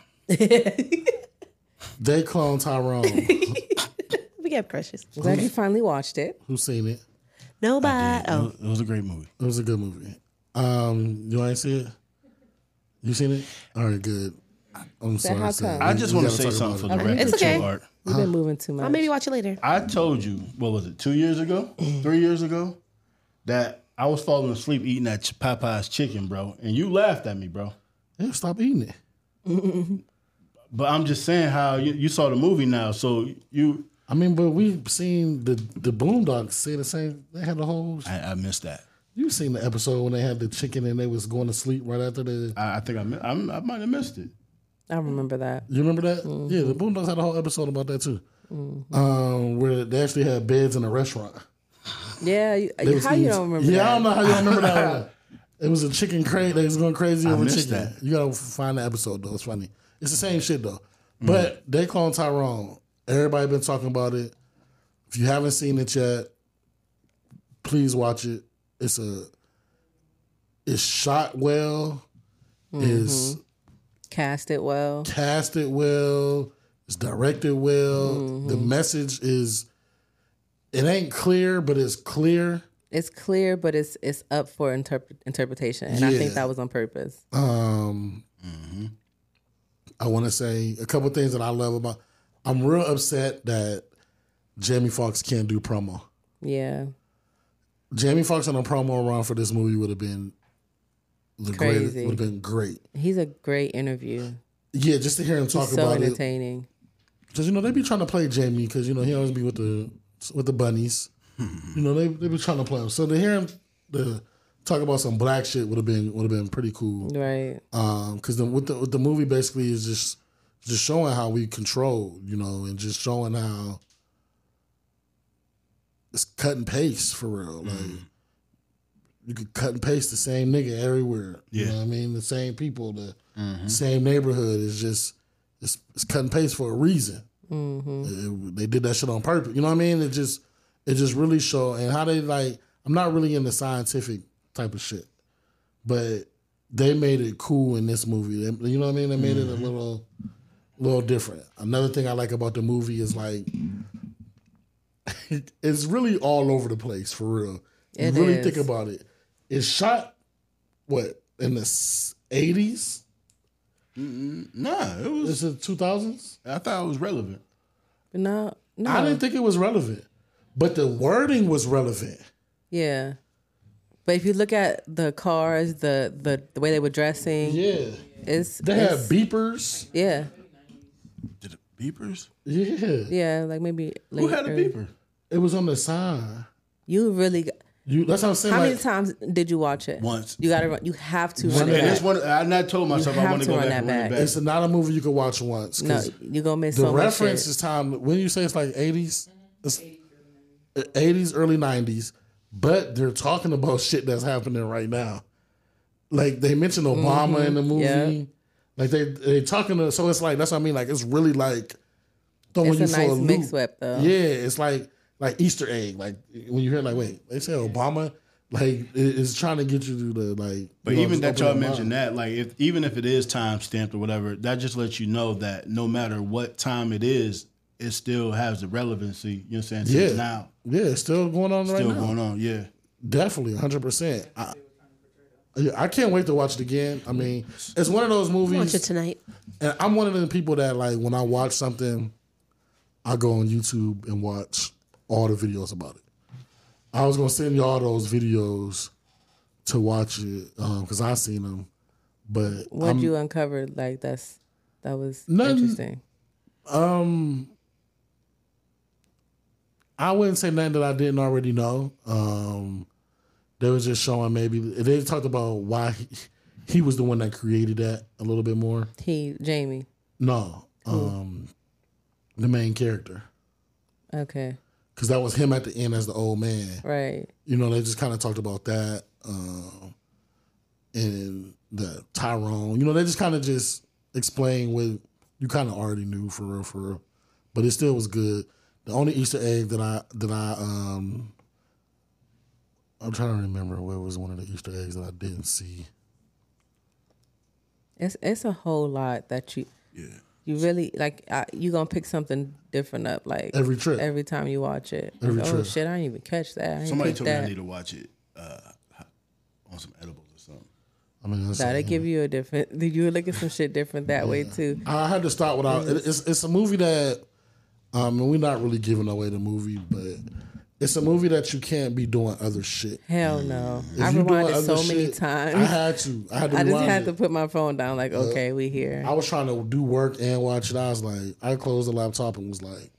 They clone Tyrone.
We have crushes.
Glad you finally watched it.
Who seen it?
Nobody.
It
Oh,
was- it was a great movie.
It was a good movie. Um, you ain't see it? You seen it? All right, good. I'm sorry.
how
Sam.
come?
I
We-
just
we
want to
gotta
say
talk
something
about it.
Okay.
for the record,
It's okay.
too, Art.
We've been moving too much.
I'll maybe watch it later.
I told you, what was it, two years ago, three years ago, that I was falling asleep eating that ch- Popeye's chicken, bro, and you laughed at me, bro.
Yeah, stop eating it.
But I'm just saying how you, you saw the movie now, so you.
I mean, but we've seen the the Boondocks say the same. They had the whole.
I, I missed that.
You seen the episode when they had the chicken and they was going to sleep right after the.
I, I think I, mi- I'm, I might have missed it.
I remember that.
You remember that? Yeah, the Boondocks had a whole episode about that too, um, where they actually had beds in a restaurant.
Yeah. You,
They was
how you
eating-
don't remember
Yeah,
that?
I don't know how you don't remember that one. It was a chicken crate. They was going crazy
I
over
missed
chicken.
that.
You gotta find the episode though. It's funny. It's the same shit though.
Mm-hmm.
But they call Tyrone. Everybody been talking about it. If you haven't seen it yet, please watch it. It's a. It's shot well. It's
Mm-hmm. Cast it well.
casted well, it's directed well. The
Mm-hmm.
message is it ain't clear, but it's clear.
It's clear, but it's it's up for interpre- interpretation, and I
Yeah.
think that was on purpose.
Um I wanna say a couple things that I love about I'm real upset that Jamie Foxx can't do promo.
Yeah.
Jamie Foxx on a promo run for this movie would have been the greatest.
Crazy.
Would have been great.
He's a great interview.
Yeah, just to hear him
He's
talk
so
about it.
entertaining.
Because you know they be trying to play Jamie because you know he always be with the with the bunnies. You know they they be trying to play him. So to hear him the, talk about some black shit would have been would have been pretty cool.
Right.
Um, because the with the with the movie basically is just just showing how we control, you know, and just showing how it's cut and paste for real. Like you could cut and paste the same nigga everywhere. You
Yeah.
know what I mean? The same people, the
Mhm.
same neighborhood is just it's, it's cut and paste for a reason.
Mm-hmm.
It- they did that shit on purpose. You know what I mean? It just it just really show and how they like. I'm not really into scientific type of shit, but they made it cool in this movie. They- you know what I mean? They made it
Mm-hmm.
a little little different. Another thing I like about the movie is like it's really all over the place for real.
It
you really
is.
think about it. It's shot what in the s- 80s?
Nah, it was.
It's the 2000s.
I thought it was relevant.
No, no.
I didn't think it was relevant, but the wording was relevant.
Yeah. But if you look at the cars, the the, the way they were dressing,
yeah,
it's
They had
it's,
beepers.
yeah,
Beepers?
Yeah.
yeah, like maybe
Who had a
later.
beeper?
It was on the sign.
You really. g-
You. That's what I'm saying.
How
like,
many times did you watch it?
Once.
You gotta run. You have to run
And
it back.
this one, I not told
You
myself I
have
want to
to
go
run
back
that
and run it
back.
back.
It's not a movie you can watch once.
No,
'cause
you gonna miss
the
so much
reference
shit.
is time. When you say it's like eighties, it's eighties, early nineties, but they're talking about shit that's happening right now. Like they mentioned Obama
Mhm.
Mm-hmm.
in the movie.
Yeah.
Like they they talking to, so it's like that's what I mean. Like it's really like throwing
It's
you
a
for
nice
a loop.
mix up, though.
Yeah, it's like like Easter egg. Like when you hear like wait, they say Obama. Like it- it's trying to get you to the like.
But
you know,
even
just
that
open
y'all
your mind.
mentioned that, like if even if it is time stamped or whatever, that just lets you know that no matter what time it is, it still has the relevancy. You know what I'm saying? to
Yeah.
Now,
Yeah, it's still going on right
still
now.
going on. Yeah.
Definitely, hundred percent. I yeah, I can't wait to watch it again. I mean, it's one of those movies.
Watch it tonight.
And I'm one of the people that like when I watch something, I go on YouTube and watch all the videos about it. I was gonna send y'all those videos to watch it because I seen them, but
What
I'm-
you uncovered, like that's that was
Nothing-
interesting.
Um, I wouldn't say nothing that I didn't already know. Um, they were just showing maybe they talked about why he, he was the one that created that a little bit more.
He Jamie.
No, um, the main character
Okay.
because that was him at the end as the old man.
Right.
You know, they just kind of talked about that um, and the Tyrone. You know, they just kind of just explained what you kind of already knew for real, for real. But it still was good. The only Easter egg that I that I um I'm trying to remember what was one of the Easter eggs that I didn't see.
It's it's a whole lot that you.
Yeah.
You really like I, you gonna pick something different up like
Every trip.
every time you watch it.
Every
Like, Oh
trip.
shit! I didn't even catch that. I didn't
Somebody
pick
told me
that.
I need to watch it uh, on some edibles or something.
I mean, that's
That'll give you a different. You would look at some shit different that way too.
I had to start without. it- It's it's a movie that, um, and we're not really giving away the movie, but it's a movie that you can't be doing other shit.
Hell no!
If
I
you doing
rewound it so
other
many
shit,
times.
I had to. I had to
just
rewind
had
it.
to put my phone down. Like, okay, we here.
I was trying to do work and watch it. I was like, I closed the laptop and was like,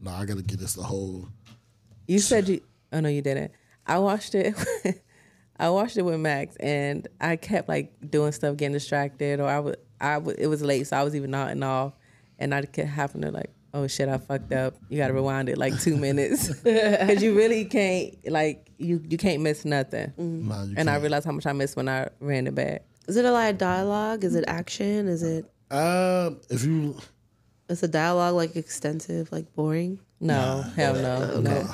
nah, I gotta get this the whole.
You said you. Oh no, you didn't. I watched it. I watched it with Max, and I kept like doing stuff, getting distracted, or I would. I would. It was late, so I was even out and off, and I kept having to like, oh shit, I fucked up. You got to rewind it like two minutes, because you really can't like you you can't miss nothing.
Nah, you
and I realized how much I missed when I ran it back.
Is it a lot of dialogue? Is it action? Is it?
Um, if you.
Is the dialogue like extensive, like boring?
No, hell no, no.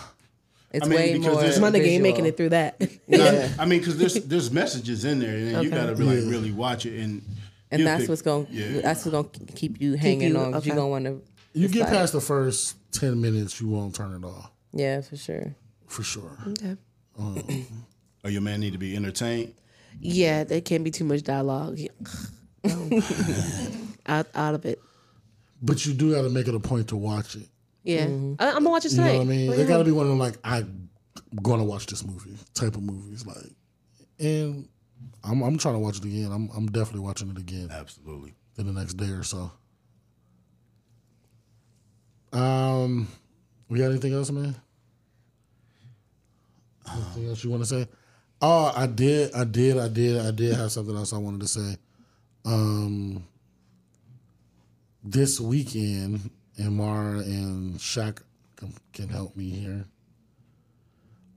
It's way more.
My nigga ain't
visual.
making it through that.
Yeah. I mean, because there's there's messages in there, and then you
Okay.
gotta really
Yeah.
really watch it. And
and
you
that's
pick-
what's going.
Yeah.
to That's what's going to keep you hanging
you-
on. 'cause You're
okay.
gonna want to.
You get past the first ten minutes, you won't turn it off
Yeah, for sure.
for sure.
Okay.
Um,
Or "Oh, your man need to be entertained.
Yeah, there can't be too much dialogue. Yeah. No. out, out of it.
but you do gotta make it a point to watch it.
Yeah, I, am gonna watch it
You know
tonight.
what I mean?
What
It
you
gotta
mean?
be one of them like I going to watch this movie type of movies. Like, and I'm I'm trying to watch it again. I'm I'm definitely watching it again.
Absolutely.
In the next day or so. Um, we got anything else, man? Anything else you want to say? Oh, I did, I did, I did, I did have something else I wanted to say. Um, this weekend, Amara and Shaq can- can help me here.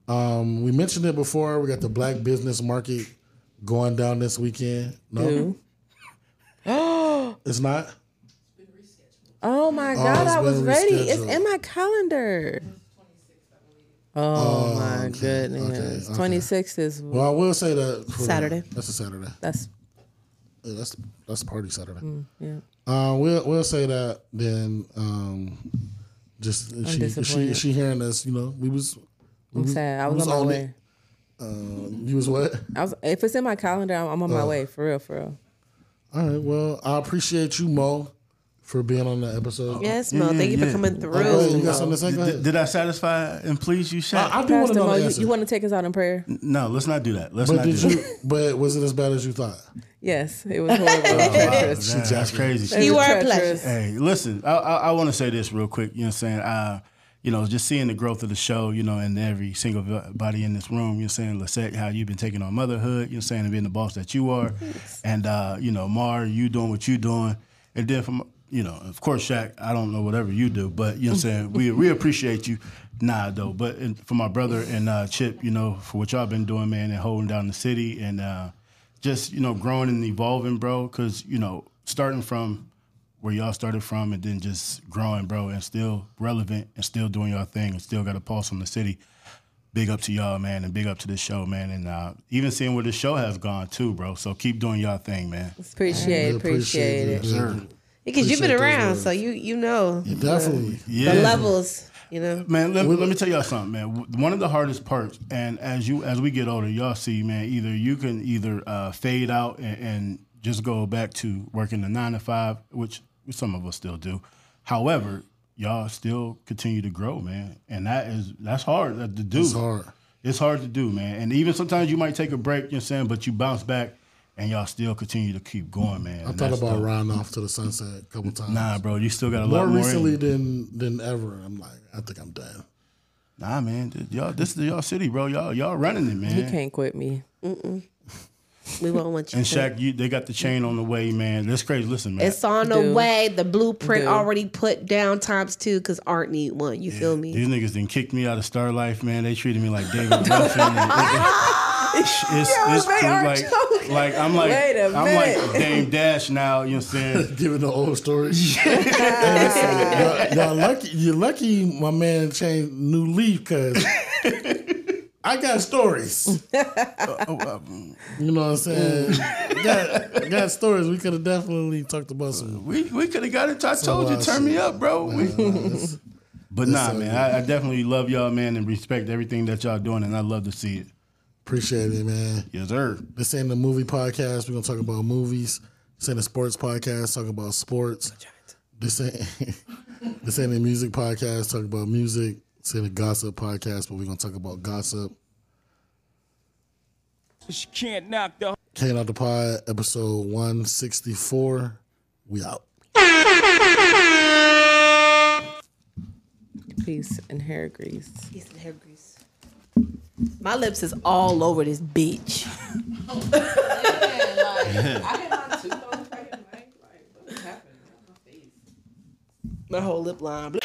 Um, we mentioned it before. We got the Black Business Market going down this weekend. No,
oh
it's not.
my
Oh,
God,
it's
I was
been
ready. It's
rescheduled.
in my calendar. Oh, my goodness.
okay, okay.
26th is
Well, I will say that for the-
Saturday.
that's a Saturday.
That's
Yeah, that's that's party Saturday.
Mm, yeah.
Uh, we'll we'll say that then. Um, just if she if she
disappointed.
if she hearing us, you know, we was. We
I'm sad. I was on my way.
mm-hmm. it. Uh, you was what?
I was, if it's in my calendar, I'm, I'm on my
Oh.
way for real, for real.
All right. Well, I appreciate you, Mo, for being on the episode.
Yes, Mo, Yeah, thank you for yeah. coming through.
Oh, you got something to say? Go
Did,
ahead.
did I satisfy and please you, Shaq?
I do wanna know the
Mo, you,
answer.
you want to take us out in prayer?
No, let's not do that. Let's
but
not
did
do
you?
that.
But was it as bad as you thought?
Yes, it was horrible.
Oh,
Nah,
Treacherous.
that's crazy.
It was treacherous.
Hey, listen, I, I, I want to say this real quick. You know what I'm saying? Uh, you know, just seeing the growth of the show, you know, and every single v- body in this room, you know, saying, Lisette, how you've been taking on motherhood, you know, saying, and being the boss that you are. And, uh, you know, Mar, you doing what you doing. And then from, you know, of course, Shaq, I don't know whatever you do, but, you know, what I'm saying, we, we appreciate you. Nah, though. But and for my brother and uh, Chip, you know, for what y'all been doing, man, and holding down the city and, uh, just you know growing and evolving, bro. Because you know starting from where y'all started from, and then just growing, bro, and still relevant and still doing y'all thing, and still got a pulse on the city. Big up to y'all, man, and big up to this show, man, and uh, even seeing where the show has gone too, bro. So keep doing y'all thing, man.
Appreciate, appreciate it.
Sir.
Because you've been
Appreciate those
around,
words.
so you you know the-
definitely.
the,
Yeah.
levels. You know,
Man, let, let me tell y'all something, man. W- One of the hardest parts, and as you as we get older, y'all see, man, either you can either uh, fade out and, and just go back to working the nine to five, which some of us still do. However, y'all still continue to grow, man, and that is that's hard uh, to do.
It's hard.
It's hard to do, man. And even sometimes you might take a break, you know what I'm saying, but you bounce back and y'all still continue to keep going, man.
I
And
thought
that's
about
dope.
riding off to the sunset a couple times.
Nah, bro, you still got a
more
lot more in
recently
you.
than than ever. I'm like, I think I'm done.
Nah, man, th- y'all, this is y'all city, bro. Y'all, y'all running it, man.
He can't quit me.
Mm-mm. we won't want you.
And
to.
Shaq, you, they got the chain on the way, man. That's crazy. Listen, man.
It's on the
Dude.
way. The blueprint
Dude.
already put down times two because Art need one. You feel me?
These niggas didn't kick me out of Star Life, man. They treated me like David Ruffin. and it's it's,
Yo,
it's
they
cool.
are
like,
joking.
like I'm like
Wait a
I'm like
minute.
Dame Dash now. You know what I'm saying?
Giving the old story. y'all, y'all lucky, you're lucky my man changed new leaf because I got stories. Uh, oh, um, you know what I'm saying? got, got stories. We could have definitely talked about some.
We we could have got it. I
Some
told you,
wild
turn me
shit.
up, bro. We-
uh,
but
that's
nah,
so
man.
good.
I, I definitely love y'all, man, and respect everything that y'all doing, and I love to see it.
Appreciate it, man.
Yes, sir.
This ain't a movie podcast. We're gonna talk about movies. This ain't a sports podcast. Talk about sports. This ain't this ain't a music podcast. Talk about music. This ain't a gossip podcast, but we're gonna talk about gossip.
She can't knock the.
Can't out the pod episode one sixty four. We out.
Peace and hair grease.
Peace and hair grease. My lips is all over this bitch. My whole lip line.